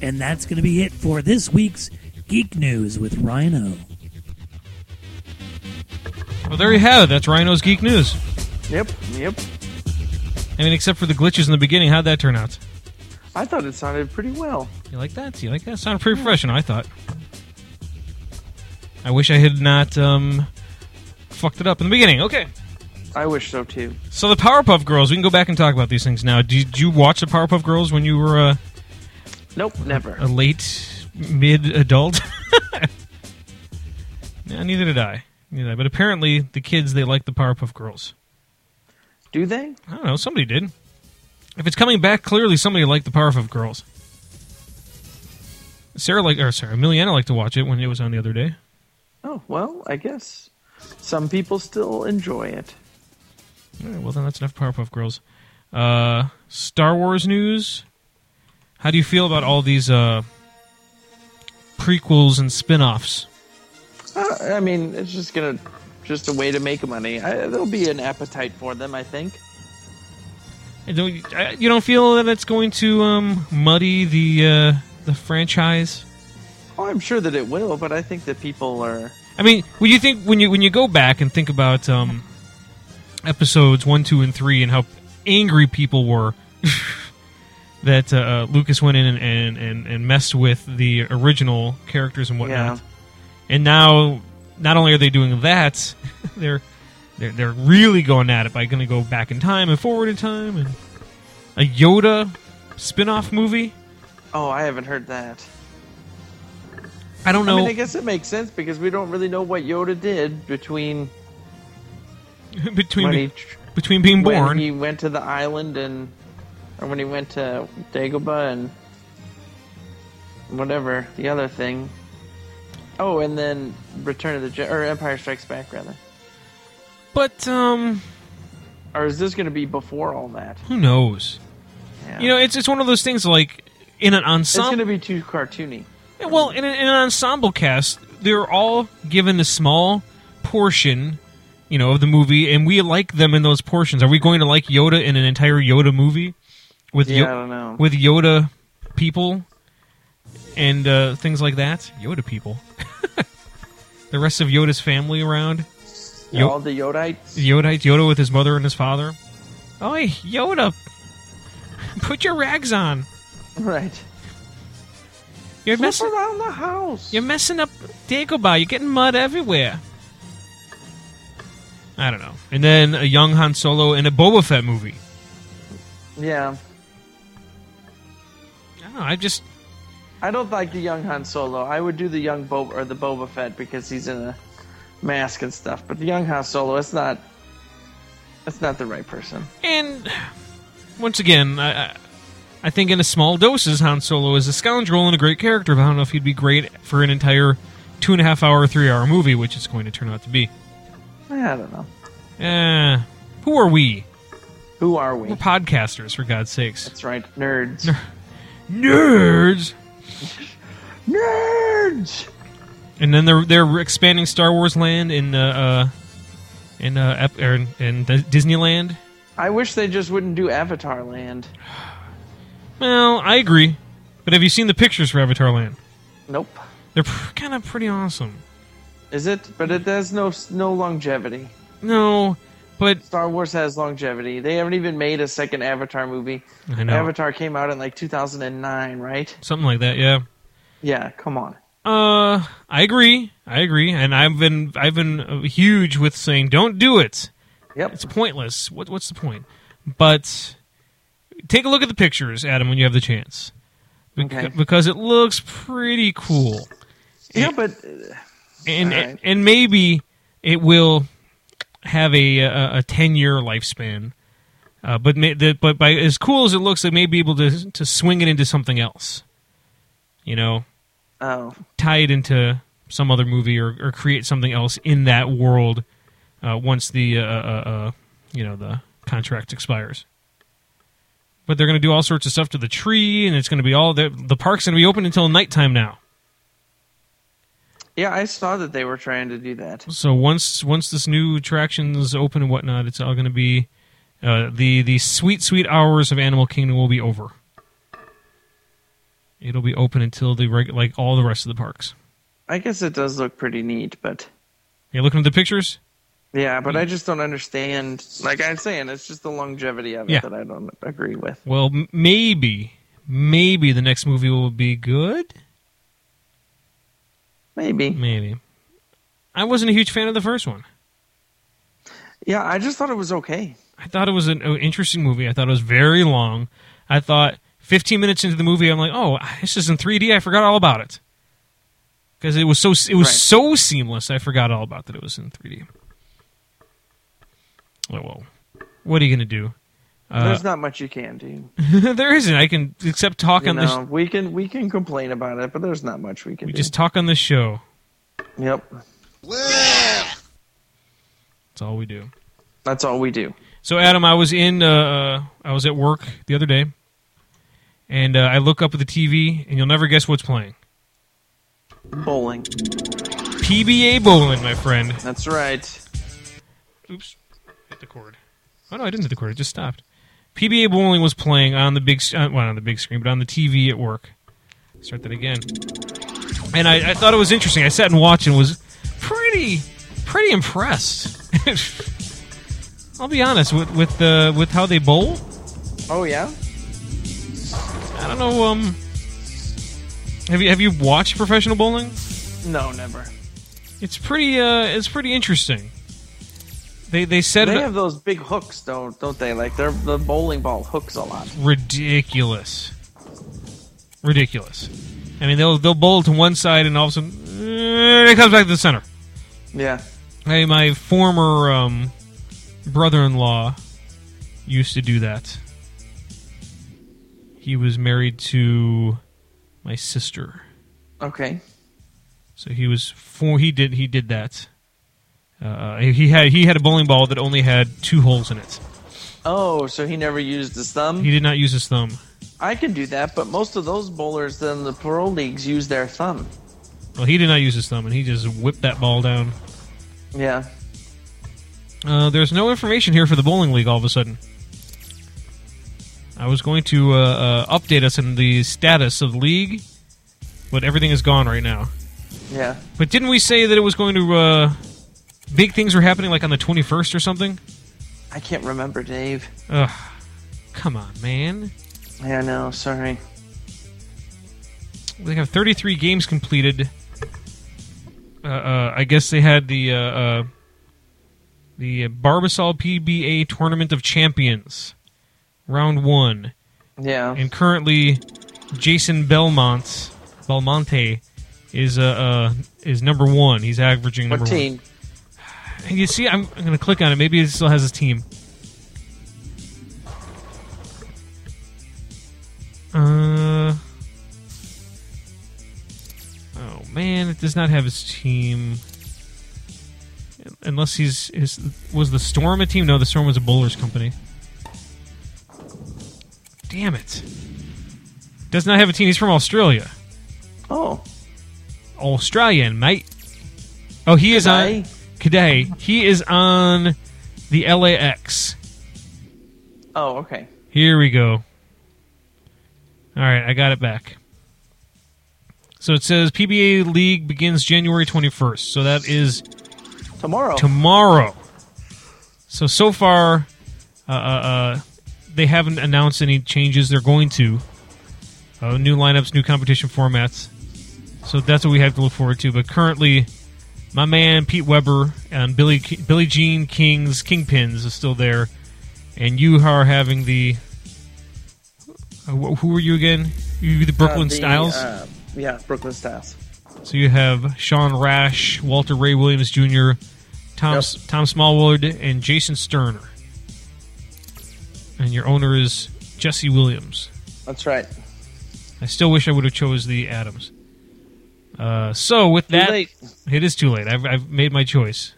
S3: And that's going to be it for this week's Geek News with Rhino.
S1: Well, there you have it. That's Rhino's Geek News.
S2: Yep, yep.
S1: I mean, except for the glitches in the beginning. How'd that turn out?
S2: I thought it sounded pretty well.
S1: You like that? You like that? Sounded pretty professional, I thought. I wish I had not um, fucked it up in the beginning. Okay.
S2: I wish so too.
S1: So the Powerpuff Girls, we can go back and talk about these things now. Did you watch the Powerpuff Girls when you were uh,
S2: Nope, never.
S1: a late mid adult? [laughs] no, neither did I. Neither did I. But apparently, the kids they like the Powerpuff Girls.
S2: Do they?
S1: I don't know. Somebody did. If it's coming back, clearly somebody liked the Powerpuff Girls. Sarah like, or Sarah, Emiliana liked to watch it when it was on the other day.
S2: Oh, well, I guess some people still enjoy it.
S1: All right, well, then that's enough Powerpuff Girls. Uh, Star Wars news. How do you feel about all these uh, prequels and spin offs?
S2: Uh, I mean, it's just gonna just a way to make money. I, there'll be an appetite for them, I think.
S1: You don't- I- you don't feel that it's going to um, muddy the uh, the franchise?
S2: Oh, I'm sure that it will, but I think that people are.
S1: I mean, when you think when you when you go back and think about um, episodes one, two, and three, and how angry people were [laughs] that uh, Lucas went in and, and, and, and messed with the original characters and whatnot,
S2: Yeah.
S1: and now not only are they doing that, [laughs] they're they're they're really going at it by going to go back in time and forward in time and a Yoda spin-off movie.
S2: Oh, I haven't heard that.
S1: I don't know.
S2: I mean, I guess it makes sense because we don't really know what Yoda did between
S1: [laughs] between
S2: when
S1: be-
S2: he tr-
S1: between being
S2: when
S1: born,
S2: he went to the island and or when he went to Dagobah and whatever the other thing. Oh, and then Return of the Je- or Empire Strikes Back rather.
S1: but um,
S2: Or is this going to be before all that?
S1: who knows?
S2: Yeah.
S1: You know, it's it's one of those things like in an
S2: it's going to
S1: ensemble.
S2: be too cartoony.
S1: well, in, an- in an ensemble cast, they're all given a small portion, you know, of the movie, and we like them in those portions. Are we going to like Yoda in an entire Yoda movie with
S2: Yeah,
S1: Yo-
S2: I don't know.
S1: with Yoda people and uh, things like that? Yoda people, [laughs] the rest of Yoda's family around. Yo-
S2: all the Yodites.
S1: Yoda, Yoda with his mother and his father. Oi, Yoda, [laughs] put your rags on.
S2: [laughs] Right.
S1: You're
S2: Flip
S1: messing.
S2: around the house.
S1: You're messing up Dagobah. You're getting mud everywhere. I don't know. And then a young Han Solo in a Boba Fett movie.
S2: Yeah.
S1: I don't know. I just
S2: I don't like the young Han Solo. I would do the young Boba or the Boba Fett because he's in a mask and stuff. But the young Han Solo, it's not. It's not the right person.
S1: and once again, I, I I think in a small doses, Han Solo is a scoundrel and a great character. But I don't know if he'd be great for an entire two and a half hour, three hour movie, which it's going to turn out to be.
S2: I don't know.
S1: Eh, who are we?
S2: Who are we?
S1: We're podcasters, for God's sakes.
S2: That's right, nerds.
S1: nerds.
S2: Nerds.
S1: And then they're they're expanding Star Wars land in uh, uh in uh Ep- er, in, in Dis- Disneyland.
S2: I wish they just wouldn't do Avatar Land.
S1: Well, I agree. But have you seen the pictures for Avatar Land?
S2: Nope.
S1: They're pr- kind of pretty awesome.
S2: Is it? But it has no no longevity.
S1: No, but
S2: Star Wars has longevity. They haven't even made a second Avatar movie.
S1: I know.
S2: Avatar came out in like 2009, right?
S1: something like that. Yeah.
S2: Yeah, come on.
S1: Uh, I agree. I agree, and I've been I've been uh, huge with saying don't do it.
S2: Yep.
S1: It's pointless. What what's the point? But take a look at the pictures, Adam, when you have the chance, Bec-
S2: Okay.
S1: because it looks pretty cool,
S2: Yeah, but uh,
S1: and
S2: All right.
S1: and maybe it will have a a, a ten year lifespan. Uh, but may, the, but by as cool as it looks, they may be able to to swing it into something else. You know,
S2: oh,
S1: tie it into some other movie or, or create something else in that world uh, once the uh, uh, uh, you know the contract expires. But they're going to do all sorts of stuff to the tree, and it's going to be all the, the park's going to be open until nighttime now.
S2: yeah, I saw that they were trying to do that.
S1: So once once this new attractions open and whatnot, it's all going to be uh, the the sweet sweet hours of Animal Kingdom will be over. It'll be open until the reg- like all the rest of the parks.
S2: I guess it does look pretty neat, but
S1: You looking at the pictures?
S2: yeah, but I just don't understand. Like I'm saying, it's just the longevity of it
S1: Yeah.
S2: that I don't agree with.
S1: Well, m- maybe, maybe the next movie will be good.
S2: Maybe.
S1: Maybe. I wasn't a huge fan of the first one.
S2: Yeah, I just thought it was okay.
S1: I thought it was an an interesting movie. I thought it was very long. I thought 15 minutes into the movie, I'm like, oh, this is in 3D. I forgot all about it because it was so it was
S2: Right.
S1: so seamless. I forgot all about that it was in 3D. Oh well, what are you gonna do? Uh,
S2: There's not much you can do.
S1: [laughs] there isn't. I can except talk
S2: You
S1: on this.
S2: know, we can we can complain about it, but there's not much we can
S1: We
S2: do.
S1: just talk on this show.
S2: Yep,
S1: That's all we do.
S2: that's all we do.
S1: So Adam, I was in, uh, I was at work the other day, and uh, I look up at the TV, and you'll never guess what's playing.
S2: Bowling.
S1: PBA bowling, my friend.
S2: That's right.
S1: Oops, hit the cord. Oh no, I didn't hit the cord. It just stopped. PBA bowling was playing on the big, s- uh, well, not on the big screen, but on the TV at work. Start that again. And I, I thought it was interesting. I sat and watched and was pretty, pretty impressed. [laughs] I'll be honest with with the with how they bowl.
S2: Oh yeah.
S1: I don't know. Um, have you have you watched professional bowling?
S2: No, never.
S1: It's pretty. Uh, it's pretty interesting. They they set
S2: They
S1: it
S2: have those big hooks, don't don't they? Like they're the bowling ball hooks a lot.
S1: ridiculous, ridiculous. I mean, they'll they'll bowl to one side and all of a sudden eh, it comes back to the center.
S2: Yeah.
S1: Hey, my former um, brother-in-law used to do that. He was married to my sister.
S2: Okay.
S1: So he was four. He did. He did that. Uh, he had he had a bowling ball that only had two holes in it.
S2: Oh, so he never used his thumb.
S1: He did not use his thumb.
S2: I can do that, but most of those bowlers in the pro leagues use their thumb.
S1: Well, he did not use his thumb, and he just whipped that ball down.
S2: Yeah.
S1: Uh, there's no information here for the bowling league. All of a sudden, I was going to uh, uh, update us on the status of the league, but everything is gone right now.
S2: Yeah.
S1: But didn't we say that it was going to uh, big things were happening like on the 21st or something?
S2: I can't remember, Dave.
S1: Ugh, come on, man.
S2: Yeah, no, sorry.
S1: they have 33 games completed. Uh, uh, I guess they had the uh, uh, the Barbasol PBA Tournament of Champions, round one,
S2: Yeah.
S1: and currently Jason Belmont Belmonte is uh, uh is number one. He's averaging number
S2: What team?
S1: one. And you see, I'm, I'm going to click on it. Maybe it still has his team. Uh. Oh man, it does not have his team. Unless he's his, was the Storm a team? No, the Storm was a bowlers company. Damn it! Does not have a team. He's from Australia.
S2: Oh,
S1: Australian, mate. Oh, he is on
S2: I
S1: today. He is on the LAX.
S2: oh okay.
S1: Here we go. All right, I got it back. So it says PBA League begins January 21st. So that is
S2: Tomorrow. Uh,
S1: tomorrow. So so far, uh, uh, uh, they haven't announced any changes. They're going to uh, new lineups, new competition formats. So that's what we have to look forward to. But currently, my man Pete Weber and Billy Billy Jean King's Kingpins is still there, and you are having the. Uh, wh- who are you again? You the
S2: Uh,
S1: Brooklyn
S2: the,
S1: Styles.
S2: uh, yeah, Brooklyn Styles.
S1: So you have Sean Rash, Walter Ray Williams Jr., Tom
S2: Yep.
S1: Tom Smallwood, and Jason Sterner. And your owner is Jesse Williams.
S2: That's right.
S1: I still wish I would have chose the Adams. Uh, so with
S2: Too
S1: that,
S2: late. [laughs]
S1: it is too late. I've, I've made my choice,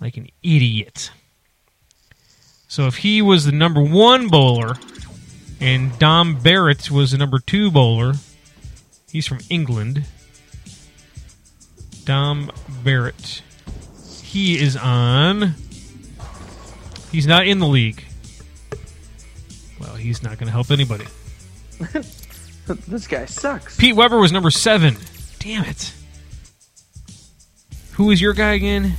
S1: like an idiot. So if he was the number one bowler, and Dom Barrett was the number two bowler, he's from England. Dom Barrett, he is on. He's not in the league. Well, he's not going to help anybody.
S2: This guy sucks.
S1: Pete Weber was number seven. Damn it. Who is your guy again?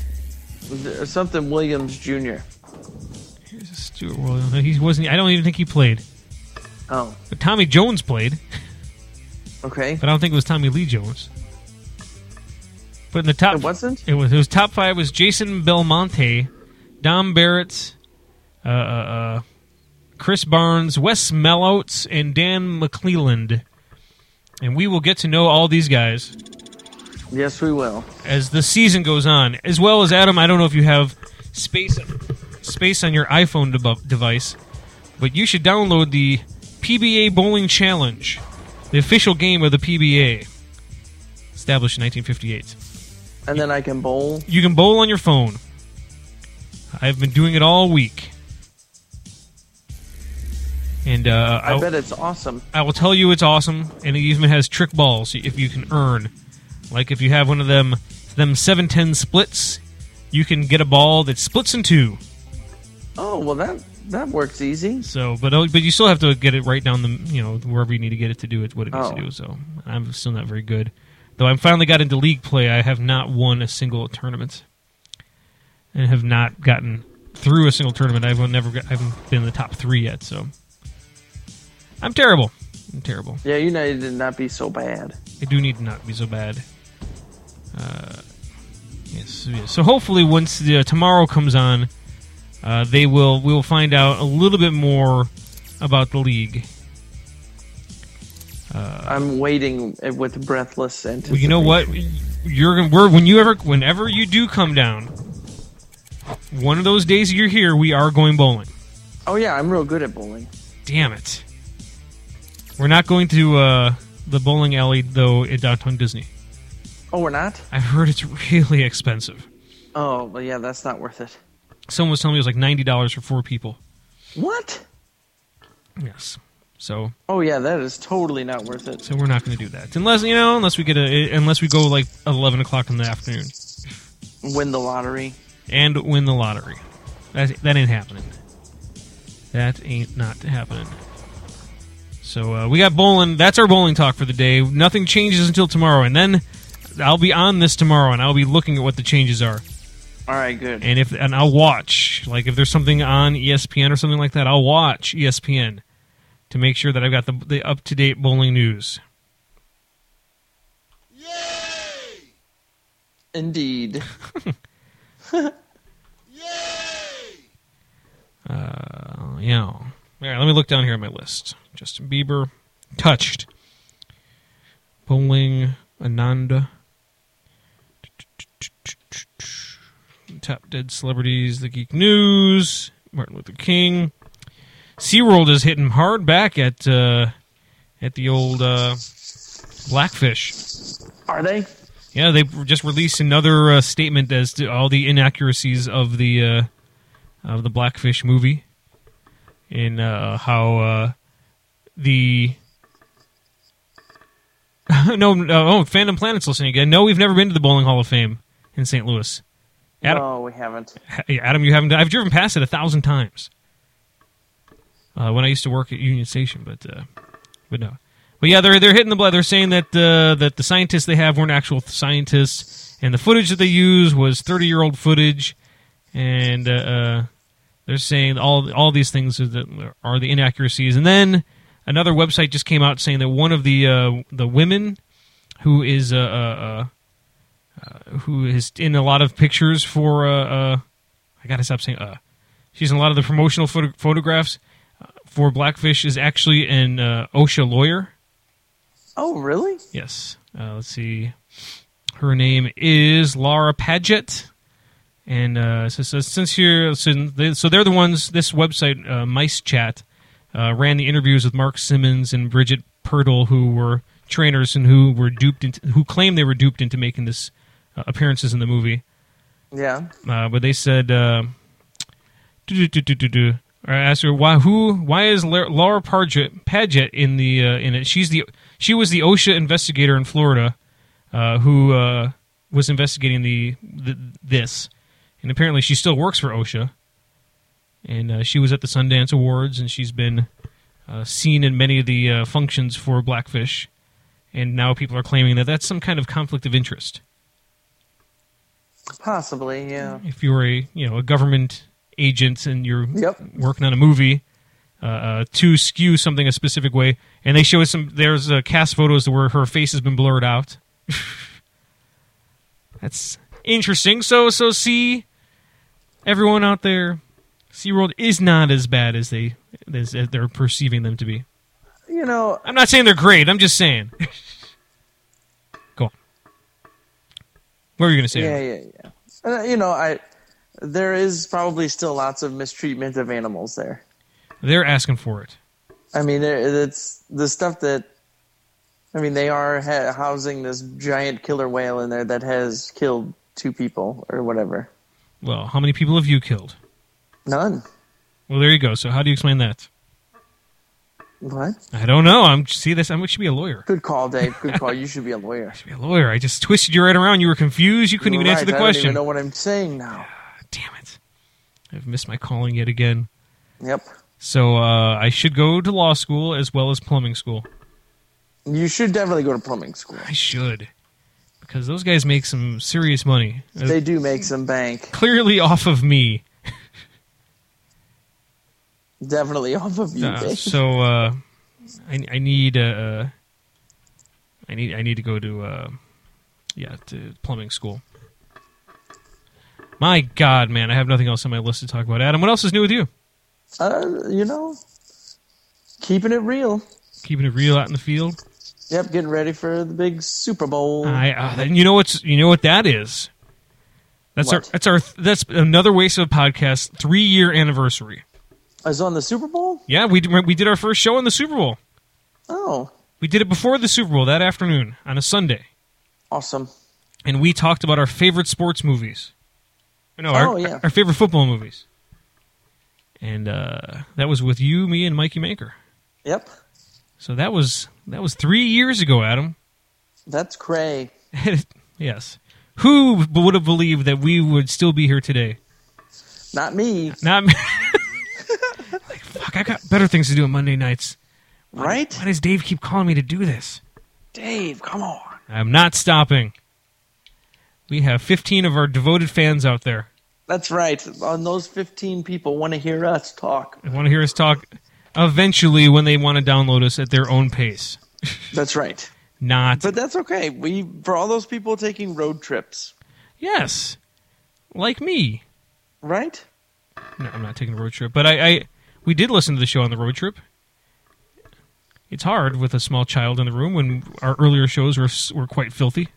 S2: There's Something Williams Jr.
S1: Here's a Stuart Williams. No, He wasn't. I don't even think he played.
S2: Oh,
S1: But Tommy Jones played,
S2: okay.
S1: but I don't think it was Tommy Lee Jones. But in the top,
S2: It wasn't.
S1: It was. It was top five was Jason Belmonte, Dom Barrett, uh, uh, uh, Chris Barnes, Wes Mellotz, and Dan McClelland. And we will get to know all these guys
S2: Yes, we will.
S1: as the season goes on, as well as Adam. I don't know if you have space space on your iPhone debu- device, but you should download the PBA Bowling Challenge, the official game of the PBA, established in 1958.
S2: And then I can bowl.
S1: You can bowl on your phone. I've been doing it all week, and uh,
S2: I
S1: I'll-
S2: bet it's awesome.
S1: I will tell you it's awesome, and it even has trick balls if you can earn. Like if you have one of them them seven ten splits, you can get a ball that splits in two.
S2: Oh well, that that works easy.
S1: So, but oh, but you still have to get it right down the you know wherever you need to get it to do it what it needs
S2: Oh.
S1: to do. So I'm still not very good, though. I finally got into league play. I have not won a single tournament, and have not gotten through a single tournament. I've never got, I haven't been in the top three yet. So I'm terrible. I'm terrible.
S2: Yeah, United did not be so bad.
S1: I do need to not be so bad. Uh, yes, yes. So hopefully, once the, uh, tomorrow comes on, uh, they will we will find out a little bit more about the league.
S2: I'm waiting with breathless anticipation.
S1: Well, you know what? You're gonna we're when you ever whenever you do come down, one of those days you're here, we are going bowling.
S2: Oh yeah, I'm real good at bowling.
S1: Damn it! We're not going to uh, the bowling alley though at downtown Disney.
S2: Oh, we're not.
S1: I've heard it's really [laughs] expensive.
S2: Oh well, yeah, that's not worth it.
S1: Someone was telling me it was like ninety dollars for four people.
S2: What?
S1: Yes. So,
S2: Oh yeah, that is totally not worth it.
S1: so we're not going to do that unless you know, unless we get a, unless we go like eleven o'clock in the afternoon
S2: Win the lottery.
S1: and win the lottery. That that ain't happening. That ain't not happening. So uh, we got bowling. That's our bowling talk for the day. Nothing changes until tomorrow, and then I'll be on this tomorrow, and I'll be looking at what the changes are,
S2: All right, good.
S1: and if and I'll watch. Like if there's something on E ESPN or something like that, I'll watch E ESPN to make sure that I've got the, the up to date bowling news.
S2: Indeed.
S1: Uh, yeah. All right, let me look down here on my list. Justin Bieber, touched. Bowling, Ananda. Top dead celebrities, the Geek News, Martin Luther King. SeaWorld is hitting hard back at uh, at the old uh, Blackfish.
S2: Are they?
S1: Yeah, they just released another uh, statement as to all the inaccuracies of the uh, of the Blackfish movie, and uh, how uh, the [laughs] no, no, oh, Phantom Planet's listening again. No, we've never been to the Bowling Hall of Fame in St. Louis. Adam,
S2: No, we haven't.
S1: Hey, Adam, you haven't. I've driven past it a thousand times uh, when I used to work at Union Station, but uh, but no, but yeah, they're they're hitting the blood. They're saying that uh, that the scientists they have weren't actual scientists, and the footage that they used was thirty year old footage, and uh, uh, they're saying all all these things are the, are the inaccuracies. And then another website just came out saying that one of the uh, the women who is uh, uh, uh, who is in a lot of pictures for uh, uh, I gotta stop saying uh. She's in a lot of the promotional photo- photographs uh, for Blackfish is actually an uh, OSHA lawyer.
S2: Oh, really?
S1: Yes. Uh, let's see. Her name is Laura Paget. And uh, so, so since you're since they, so they're the ones this website uh, Mice Chat uh, ran the interviews with Mark Simmons and Bridget Pirtle, who were trainers and who were duped into, who claimed they were duped into making this uh, appearances in the movie
S2: Yeah.
S1: uh, but they said, uh, do, do, do, do, do. Or I asked her why who why is La- Laura Parget, Paget in the uh, in it? She's the she was the OSHA investigator in Florida uh, who uh, was investigating the, the this, and apparently she still works for OSHA, and uh, she was at the Sundance Awards, and she's been uh, seen in many of the uh, functions for Blackfish, and now people are claiming that that's some kind of conflict of interest.
S2: Possibly, yeah.
S1: if you were a you know a government agent and you're
S2: Yep.
S1: working on a movie uh, uh, to skew something a specific way, and they show us some there's uh, cast photos where her face has been blurred out. [laughs] That's interesting. So so see everyone out there, SeaWorld is not as bad as they as, as they're perceiving them to be.
S2: You know,
S1: I'm not saying they're great. I'm just saying. [laughs] Go on. What were you going to say?
S2: yeah, yeah, yeah. And, uh, you know, I there is probably still lots of mistreatment of animals there.
S1: They're asking for it.
S2: I mean, it- it's the stuff that. I mean, they are ha- housing this giant killer whale in there that has killed two people or whatever.
S1: Well, how many people have you killed?
S2: None.
S1: Well, there you go. So, how do you explain that?
S2: What?
S1: I don't know. I'm see this. I should be a lawyer.
S2: Good call, Dave. Good call. You should be a lawyer.
S1: I should be a lawyer. I just twisted you right around. You were confused. You [laughs] couldn't even
S2: You're
S1: answer the
S2: right. I don't
S1: question.
S2: even know what I'm saying now.
S1: Damn it! I've missed my calling yet again.
S2: Yep.
S1: So uh, I should go to law school as well as plumbing school.
S2: You should definitely go to plumbing school.
S1: I should, because those guys make some serious money. Uh,
S2: They do make some bank.
S1: clearly off of me.
S2: Definitely off of you,
S1: Uh,
S2: Dave.
S1: so uh, I, I need uh, uh, I need I need to go to uh, yeah to plumbing school. My God, man, I have nothing else on my list to talk about. Adam, what else is new with you?
S2: Uh, you know, keeping it real.
S1: Keeping it real out in the field.
S2: Yep, getting ready for the big Super Bowl.
S1: I uh, and you know what's you know what that is. That's our
S2: What?
S1: that's our that's another waste of a podcast three year anniversary.
S2: I was on the Super Bowl.
S1: Yeah, we did- we did our first show in the Super Bowl.
S2: Oh,
S1: We did it before the Super Bowl that afternoon on a Sunday.
S2: awesome!
S1: and we talked about our favorite sports movies. No,
S2: Oh,
S1: our,
S2: yeah.
S1: our favorite football movies. And uh, that was with you, me, and Mikey Maker.
S2: Yep,
S1: So that was that was three years ago, Adam. [laughs]
S2: that's cray.
S1: yes. Who would have believed that we would still be here today?
S2: Not me,
S1: Not me. [laughs] like, fuck, I got better things to do on Monday nights.
S2: right?
S1: Why does Dave keep calling me to do this?
S2: Dave, come on!
S1: I'm not stopping. We have 15 of our devoted fans out there.
S2: That's right. On those fifteen people want to hear us talk.
S1: They want to hear us talk eventually when they want to download us at their own pace.
S2: That's right.
S1: Not
S2: But that's okay. We for all those people taking road trips,
S1: yes, like me.
S2: right?
S1: No, I'm not taking a road trip, but I, I we did listen to the show on the road trip. It's hard with a small child in the room when our earlier shows were were quite filthy.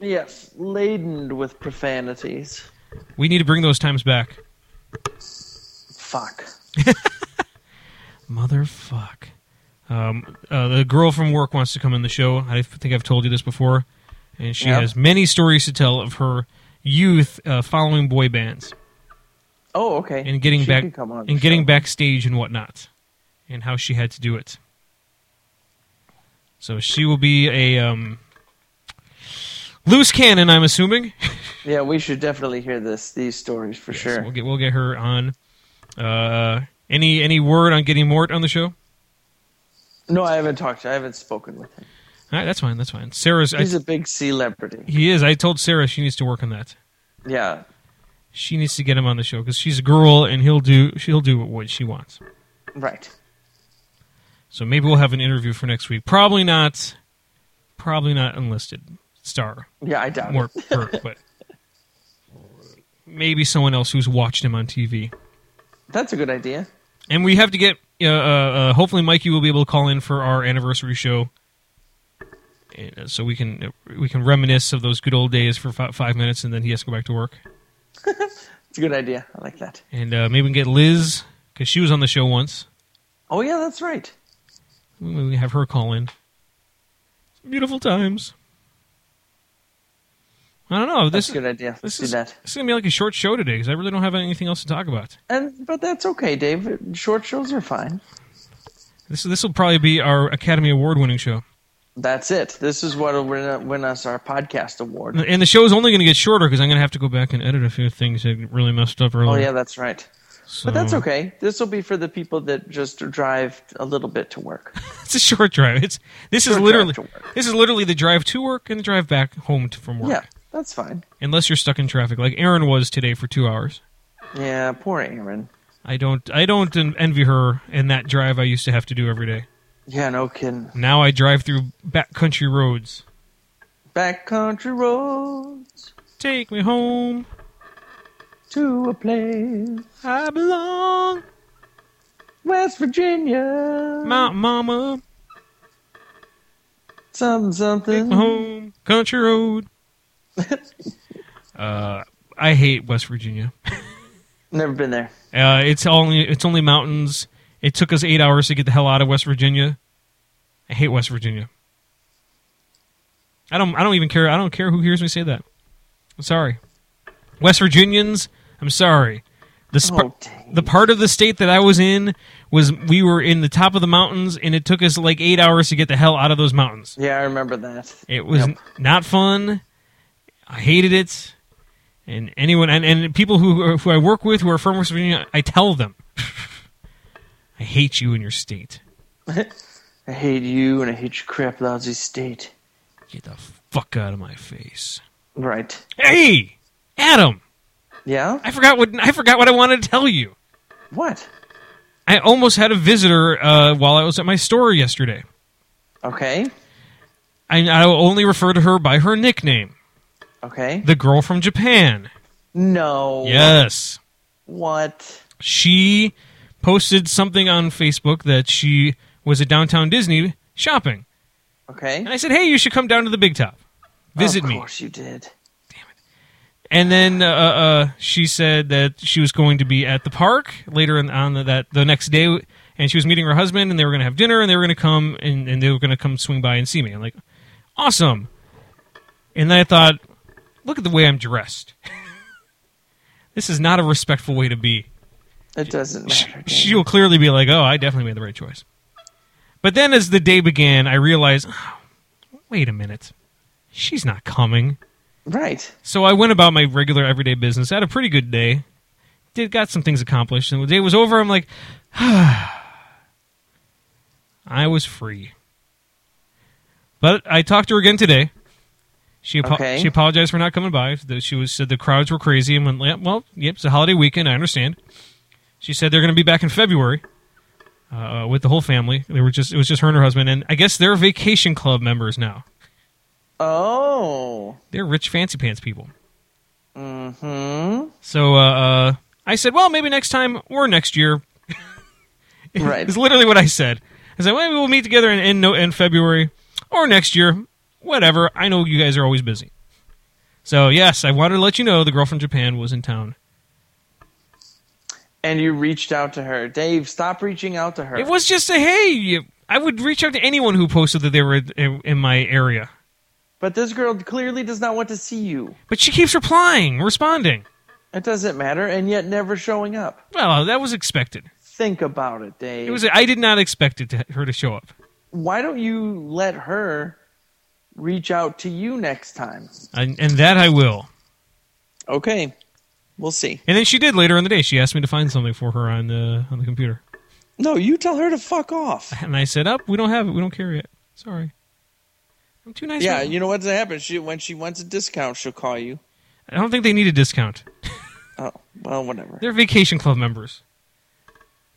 S2: Yes, laden with profanities.
S1: We need to bring those times back.
S2: Fuck.
S1: Motherfuck. Um, uh, the girl from work wants to come in the show. I think I've told you this before, and she
S2: Yeah.
S1: has many stories to tell of her youth uh, following boy bands.
S2: Oh, okay.
S1: and getting
S2: She
S1: back
S2: can come on the
S1: and getting
S2: show.
S1: backstage and whatnot, and how she had to do it. So she will be a um, loose cannon, I'm assuming. [laughs]
S2: Yeah, we should definitely hear this these stories for
S1: So
S2: sure.
S1: we'll get we'll get her on. Uh, any any word on getting Mort on the show?
S2: No, I haven't talked to. I haven't spoken with him.
S1: All right, that's fine. That's fine. Sarah's I,
S2: He's a big celebrity.
S1: he is. I told Sarah she needs to work on that.
S2: Yeah,
S1: She needs to get him on the show because she's a girl and he'll do she'll do what she wants.
S2: right.
S1: So maybe we'll have an interview for next week. Probably not. Probably not enlisted star
S2: Yeah, I doubt
S1: Mort
S2: it.
S1: Burke, but maybe someone else who's watched him on TV.
S2: That's a good idea.
S1: And we have to get. Uh, uh, uh, hopefully, Mikey will be able to call in for our anniversary show, and, uh, so we can uh, we can reminisce of those good old days for fi- five minutes, and then he has to go back to work.
S2: It's a good idea. I like that.
S1: And uh, maybe we can get Liz because she was on the show once.
S2: Oh yeah, that's right.
S1: We we have her call in. Beautiful times. I don't know.
S2: That's
S1: This
S2: a good idea.
S1: this
S2: Let's do
S1: is,
S2: that.
S1: this is gonna be like a short show today because I really don't have anything else to talk about.
S2: And but that's okay, Dave. Short shows are fine.
S1: This this will probably be our Academy Award winning show,
S2: That's it. This is what will win, win us our podcast award.
S1: and the show is only going to get shorter because I'm going to have to go back and edit a few things that really messed up earlier.
S2: Oh yeah, that's right.
S1: So-
S2: But that's
S1: Mm.
S2: okay. This will be for the people that just drive a little bit to work.
S1: It's a short drive. It's this
S2: Short
S1: is
S2: drive
S1: literally
S2: to work.
S1: this is literally the drive to work and the drive back home to, from work.
S2: Yeah, that's fine.
S1: Unless you're stuck in traffic, like Aaron was today for two hours.
S2: Yeah, poor Aaron.
S1: I don't I don't en- envy her in that drive I used to have to do every day.
S2: Yeah, no kidding.
S1: Now I drive through backcountry roads.
S2: Backcountry roads
S1: Take me home.
S2: to a place,
S1: I belong.
S2: West Virginia.
S1: My mama.
S2: Something,
S1: Take
S2: something.
S1: me home. Country road. uh, I hate West Virginia.
S2: Never been there.
S1: Uh, it's only it's only mountains. It took us eight hours to get the hell out of West Virginia. I hate West Virginia. I don't I don't even care. I don't care who hears me say that. I'm sorry, West Virginians. I'm sorry. The sp-
S2: Oh, dang.
S1: the part of the state that I was in was we were in the top of the mountains, and it took us like eight hours to get the hell out of those mountains.
S2: Yeah, I remember that.
S1: It was
S2: Yep.
S1: not fun. I hated it. And anyone and, and people who who I work with who are from West Virginia, I tell them, I hate you and your state.
S2: I hate you and I hate your crap, lousy state.
S1: Get the fuck out of my face.
S2: Right.
S1: Hey, Adam,
S2: Yeah?
S1: I forgot what I forgot what I wanted to tell you.
S2: What?
S1: I almost had a visitor uh, while I was at my store yesterday.
S2: Okay.
S1: I, I will only refer to her by her nickname,
S2: Okay.
S1: the girl from Japan.
S2: No.
S1: Yes.
S2: What?
S1: she posted something on Facebook that she was at downtown Disney shopping.
S2: Okay.
S1: And I said, hey, you should come down to the Big Top. Visit
S2: of
S1: me.
S2: course you did.
S1: And then uh, uh, she said that she was going to be at the park later in, on the, that the next day, and she was meeting her husband, and they were going to have dinner, and they were going to come and, and they were going to come swing by and see me. I'm like, awesome. And then I thought, look at the way I'm dressed. [laughs] this is not a respectful way to be.
S2: It doesn't
S1: sh-
S2: matter. Dave.
S1: she'll clearly be like, "Oh, I definitely made the right choice." But then, as the day began, I realized, oh, wait a minute, she's not coming.
S2: right.
S1: So I went about my regular everyday business. had a pretty good day. Did got some things accomplished, and when the day was over, I'm like, [sighs] I was free. But I talked to her again today. She apo-
S2: Okay.
S1: she apologized for not coming by. The- She was said the crowds were crazy and went, "Yeah, well, yep, it's a holiday weekend. I understand. She said they're going to be back in February uh, with the whole family. They were just it was just her and her husband, and I guess they're vacation club members now.
S2: Oh.
S1: They're rich fancy pants people.
S2: Mm-hmm.
S1: So uh, uh, I said, well, maybe next time or next year. [laughs]
S2: Right.
S1: It's literally what I said. I said, well, maybe we'll meet together in, in, no- in February or next year, whatever. I know you guys are always busy. So, yes, I wanted to let you know the girl from Japan was in town.
S2: And you reached out to her. Dave, stop reaching out to her.
S1: It was just a hey, you- I would reach out to anyone who posted that they were in, in my area.
S2: but this girl clearly does not want to see you.
S1: But she keeps replying, responding.
S2: It doesn't matter, and yet never showing up.
S1: Well, that was expected.
S2: Think about it, Dave.
S1: It was I did not expect it to, her to show up.
S2: why don't you let her reach out to you next time?
S1: And, and that I will.
S2: Okay, we'll see.
S1: And then she did later in the day. She asked me to find something for her on the on the computer,
S2: No, you tell her to fuck [laughs] off.
S1: and I said, "Up, we don't have it. We don't carry it. Sorry, I'm too nice."
S2: Yeah,
S1: right now."
S2: you know what's gonna happen? She when she wants a discount, she'll call you.
S1: I don't think they need a discount.
S2: Oh, well, whatever.
S1: They're Vacation Club members.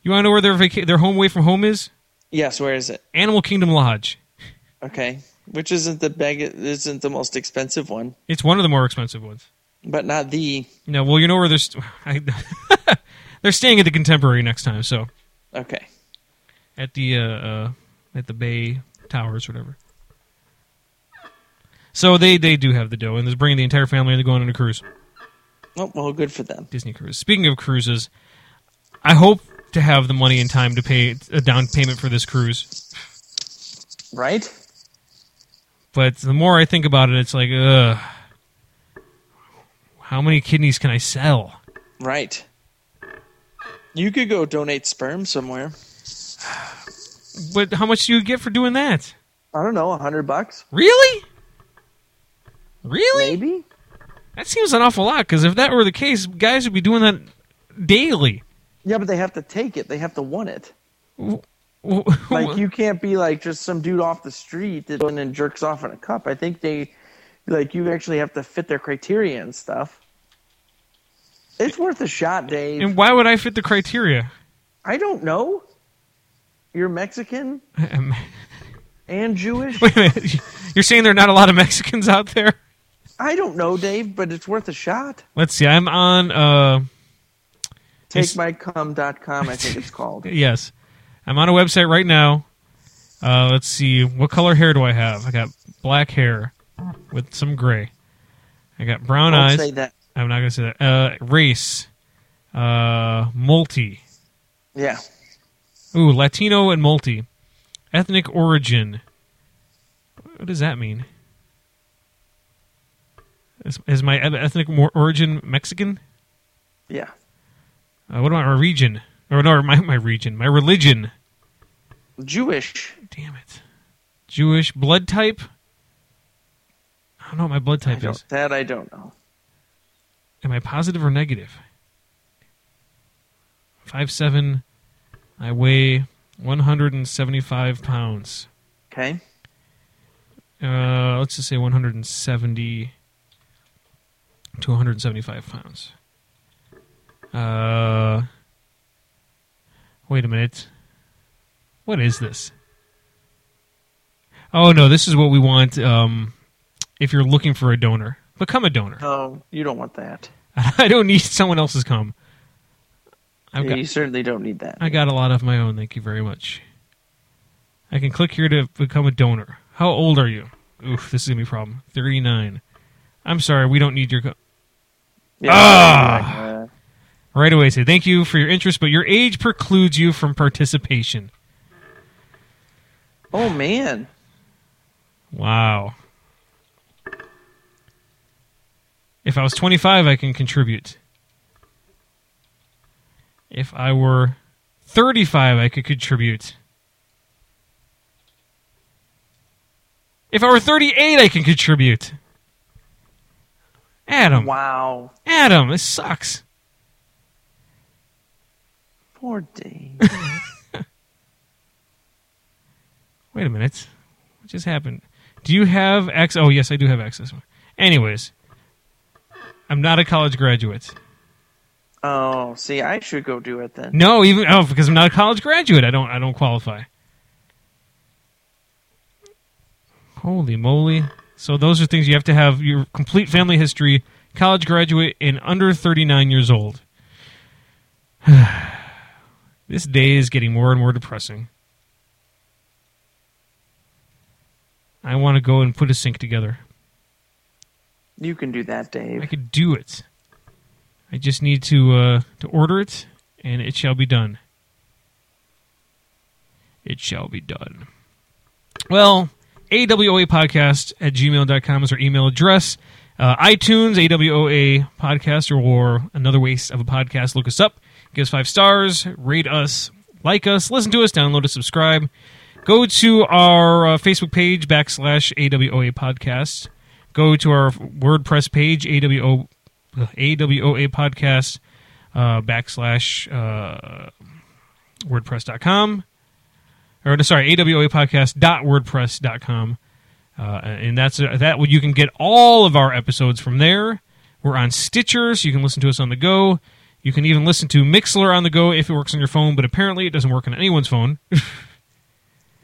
S1: You want to know where their vaca- their home away from home is?
S2: Yes, where is it?
S1: Animal Kingdom Lodge.
S2: Okay, which isn't the bag? Isn't the most expensive one,
S1: It's one of the more expensive ones.
S2: but not the.
S1: No, well, you know where they're st- [laughs] I, they're staying at the Contemporary next time. So
S2: Okay,
S1: at the uh, uh, at the Bay Towers, whatever. So they they do have the dough, and they're bringing the entire family, and they're going on a cruise,
S2: oh, well, good for them.
S1: Disney cruise. Speaking of cruises, I hope to have the money in time to pay a down payment for this cruise.
S2: Right?
S1: But the more I think about it, it's like, ugh, how many kidneys can I sell?
S2: Right. You could go donate sperm somewhere.
S1: But how much do you get for doing that?
S2: I don't know, a hundred bucks,
S1: Really? Really?
S2: maybe.
S1: That seems an awful lot because if that were the case, guys would be doing that daily.
S2: Yeah, but they have to take it. They have to want it.
S1: Wh-
S2: Like you can't be like just some dude off the street that goes in and jerks off in a cup. I think they, like, you actually have to fit their criteria and stuff. It's worth a shot, Dave.
S1: and why would I fit the criteria? [laughs]
S2: I don't know. You're Mexican
S1: Um,
S2: and Jewish.
S1: Wait a minute. You're saying there are not a lot of Mexicans out there?
S2: I don't know, Dave, but it's worth a shot.
S1: Let's see. I'm on. Uh, It's-
S2: TakeMyCum.com, I think
S1: [laughs]
S2: it's called.
S1: yes, I'm on a website right now. Uh, let's see. What color hair do I have? I got black hair with some gray. I got brown
S2: Don't
S1: eyes.
S2: say that.
S1: I'm not gonna say that. Uh, race. Uh, multi.
S2: Yeah.
S1: Ooh, Latino and multi. Ethnic origin. What does that mean? Is, is my eth- ethnic mor- origin Mexican?
S2: Yeah.
S1: Uh, what about my region? Or no, my, my region. My religion.
S2: Jewish.
S1: Damn it. Jewish blood type? I don't know what my blood
S2: I
S1: type
S2: don't-
S1: is.
S2: that I don't know.
S1: Am I positive or negative? Five seven. I weigh 175 pounds.
S2: Okay.
S1: Uh, let's just say 170 to 175 pounds. Uh, wait a minute. What is this? Oh no, this is what we want. Um, if you're looking for a donor, become a donor. [laughs]
S2: No, you don't want that.
S1: I don't need someone else's cum. I've got,
S2: you certainly don't need that.
S1: I got a lot of my own. Thank you very much. I can click here to become a donor. How old are you? Oof, this is gonna be a problem. Thirty-nine. I'm sorry, we don't need your. Co-
S2: Yeah,
S1: Ah!
S2: uh,
S1: right away, say thank you for your interest, but your age precludes you from participation.
S2: oh man.
S1: Wow. If I was 25, I can contribute. If I were 35, I could contribute. If I were 38, I can contribute. Adam,
S2: Wow.
S1: Adam, this sucks.
S2: Poor
S1: [laughs]
S2: Dave.
S1: Wait a minute. What just happened? Do you have access? Oh, yes, I do have access. Anyways, I'm not a college graduate.
S2: oh, see, I should go do it then.
S1: No, even oh, because I'm not a college graduate. I don't I don't qualify. Holy moly. So those are things you have to have your complete family history, college graduate and under 39 years old. [sighs] this day is getting more and more depressing. I want to go and put a sink together.
S2: You can do that,
S1: I
S2: Dave.
S1: could do it. I just need to uh, to order it, and it shall be done. It shall be done. Well, AWOA podcast at gmail.com is our email address. Uh, iTunes, AWOA podcast, or, or another waste of a podcast. Look us up. Give us five stars. Rate us. Like us. Listen to us. Download us. Subscribe. Go to our uh, Facebook page backslash AWOA podcast. Go to our WordPress page AWO, ugh, AWOA podcast uh, backslash uh, WordPress.com. Or no, sorry, AWOA podcast dot WordPress dot com. Uh, and that's that. You can get all of our episodes from there. We're on Stitcher, so you can listen to us on the go. You can even listen to Mixler on the go if it works on your phone, but apparently it doesn't work on anyone's phone.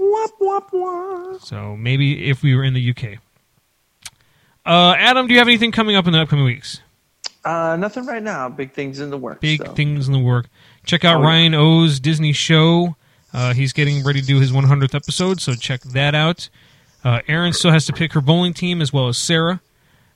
S2: Wop, wop, wop.
S1: so maybe if we were in the UK. Uh, Adam, do you have anything coming up in the upcoming weeks?
S2: Uh, nothing right now. Big things in the works.
S1: Big
S2: though.
S1: things in the work. Check out
S2: Oh, yeah.
S1: Ryan O's Disney show. Uh, he's getting ready to do his 100th episode, so check that out. Uh, Aaron still has to pick her bowling team as well as Sarah.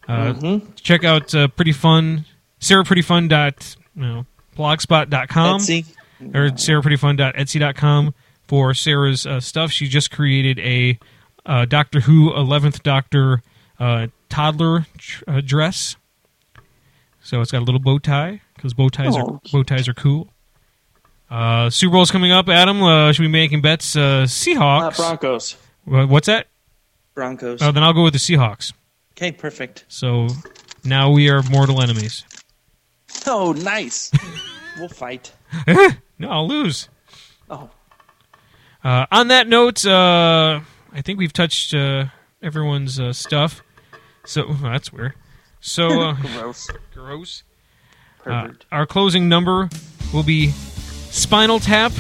S1: Uh,
S2: Mm-hmm.
S1: Check out uh, Pretty Fun, Sarah Pretty Fun dot you know, blogspot.com.
S2: Etsy.
S1: or sarahprettyfun.etsy.com for Sarah's uh, stuff. She just created a uh, Doctor Who 11th Doctor uh, toddler tr- uh, dress. So it's got a little bow tie because bow ties
S2: Oh.
S1: are bow ties are cool. Uh, Super Bowl's coming up, Adam. Uh, should we be making bets? Uh,
S2: Uh,
S1: Seahawks.
S2: Broncos.
S1: Wha- What's that?
S2: Broncos.
S1: Oh, then I'll go with the Seahawks.
S2: Okay, perfect.
S1: So now we are mortal enemies.
S2: Oh,
S1: [laughs]
S2: nice. we'll fight.
S1: No, I'll lose.
S2: Oh,
S1: Uh, on that note, uh, I think we've touched uh, everyone's uh, stuff. So [laughs] well, that's weird. So
S2: [laughs]
S1: uh,
S2: gross.
S1: gross. Uh,
S2: Pervert.
S1: our closing number will be Spinal Tap.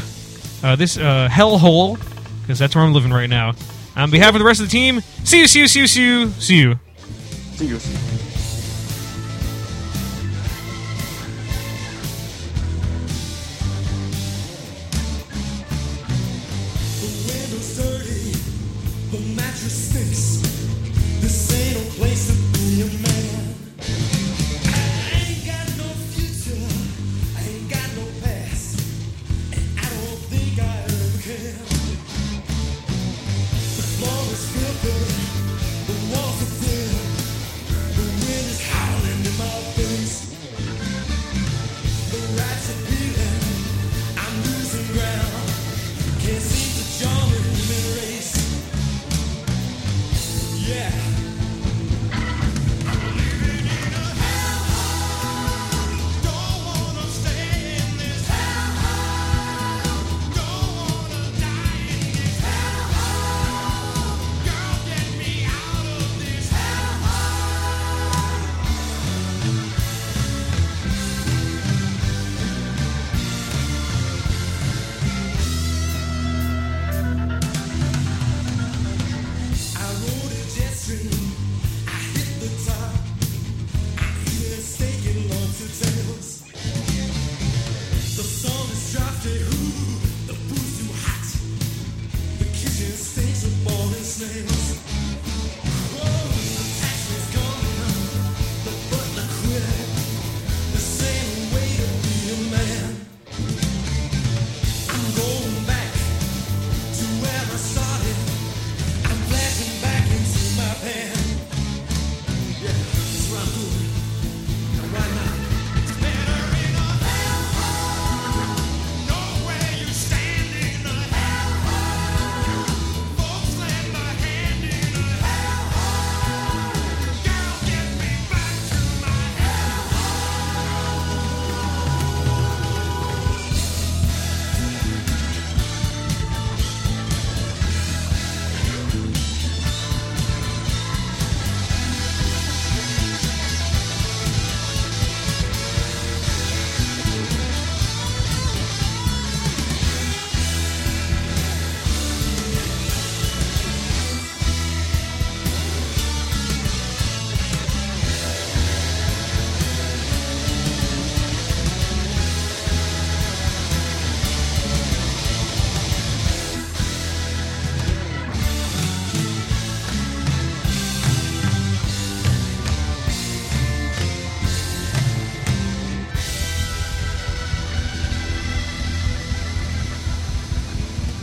S1: Uh, this uh, hellhole, because that's where I'm living right now. On behalf of the rest of the team, see you, see you, see you, see you, see you.
S2: See you.
S4: The windows dirty, the mattress stinks. This ain't no place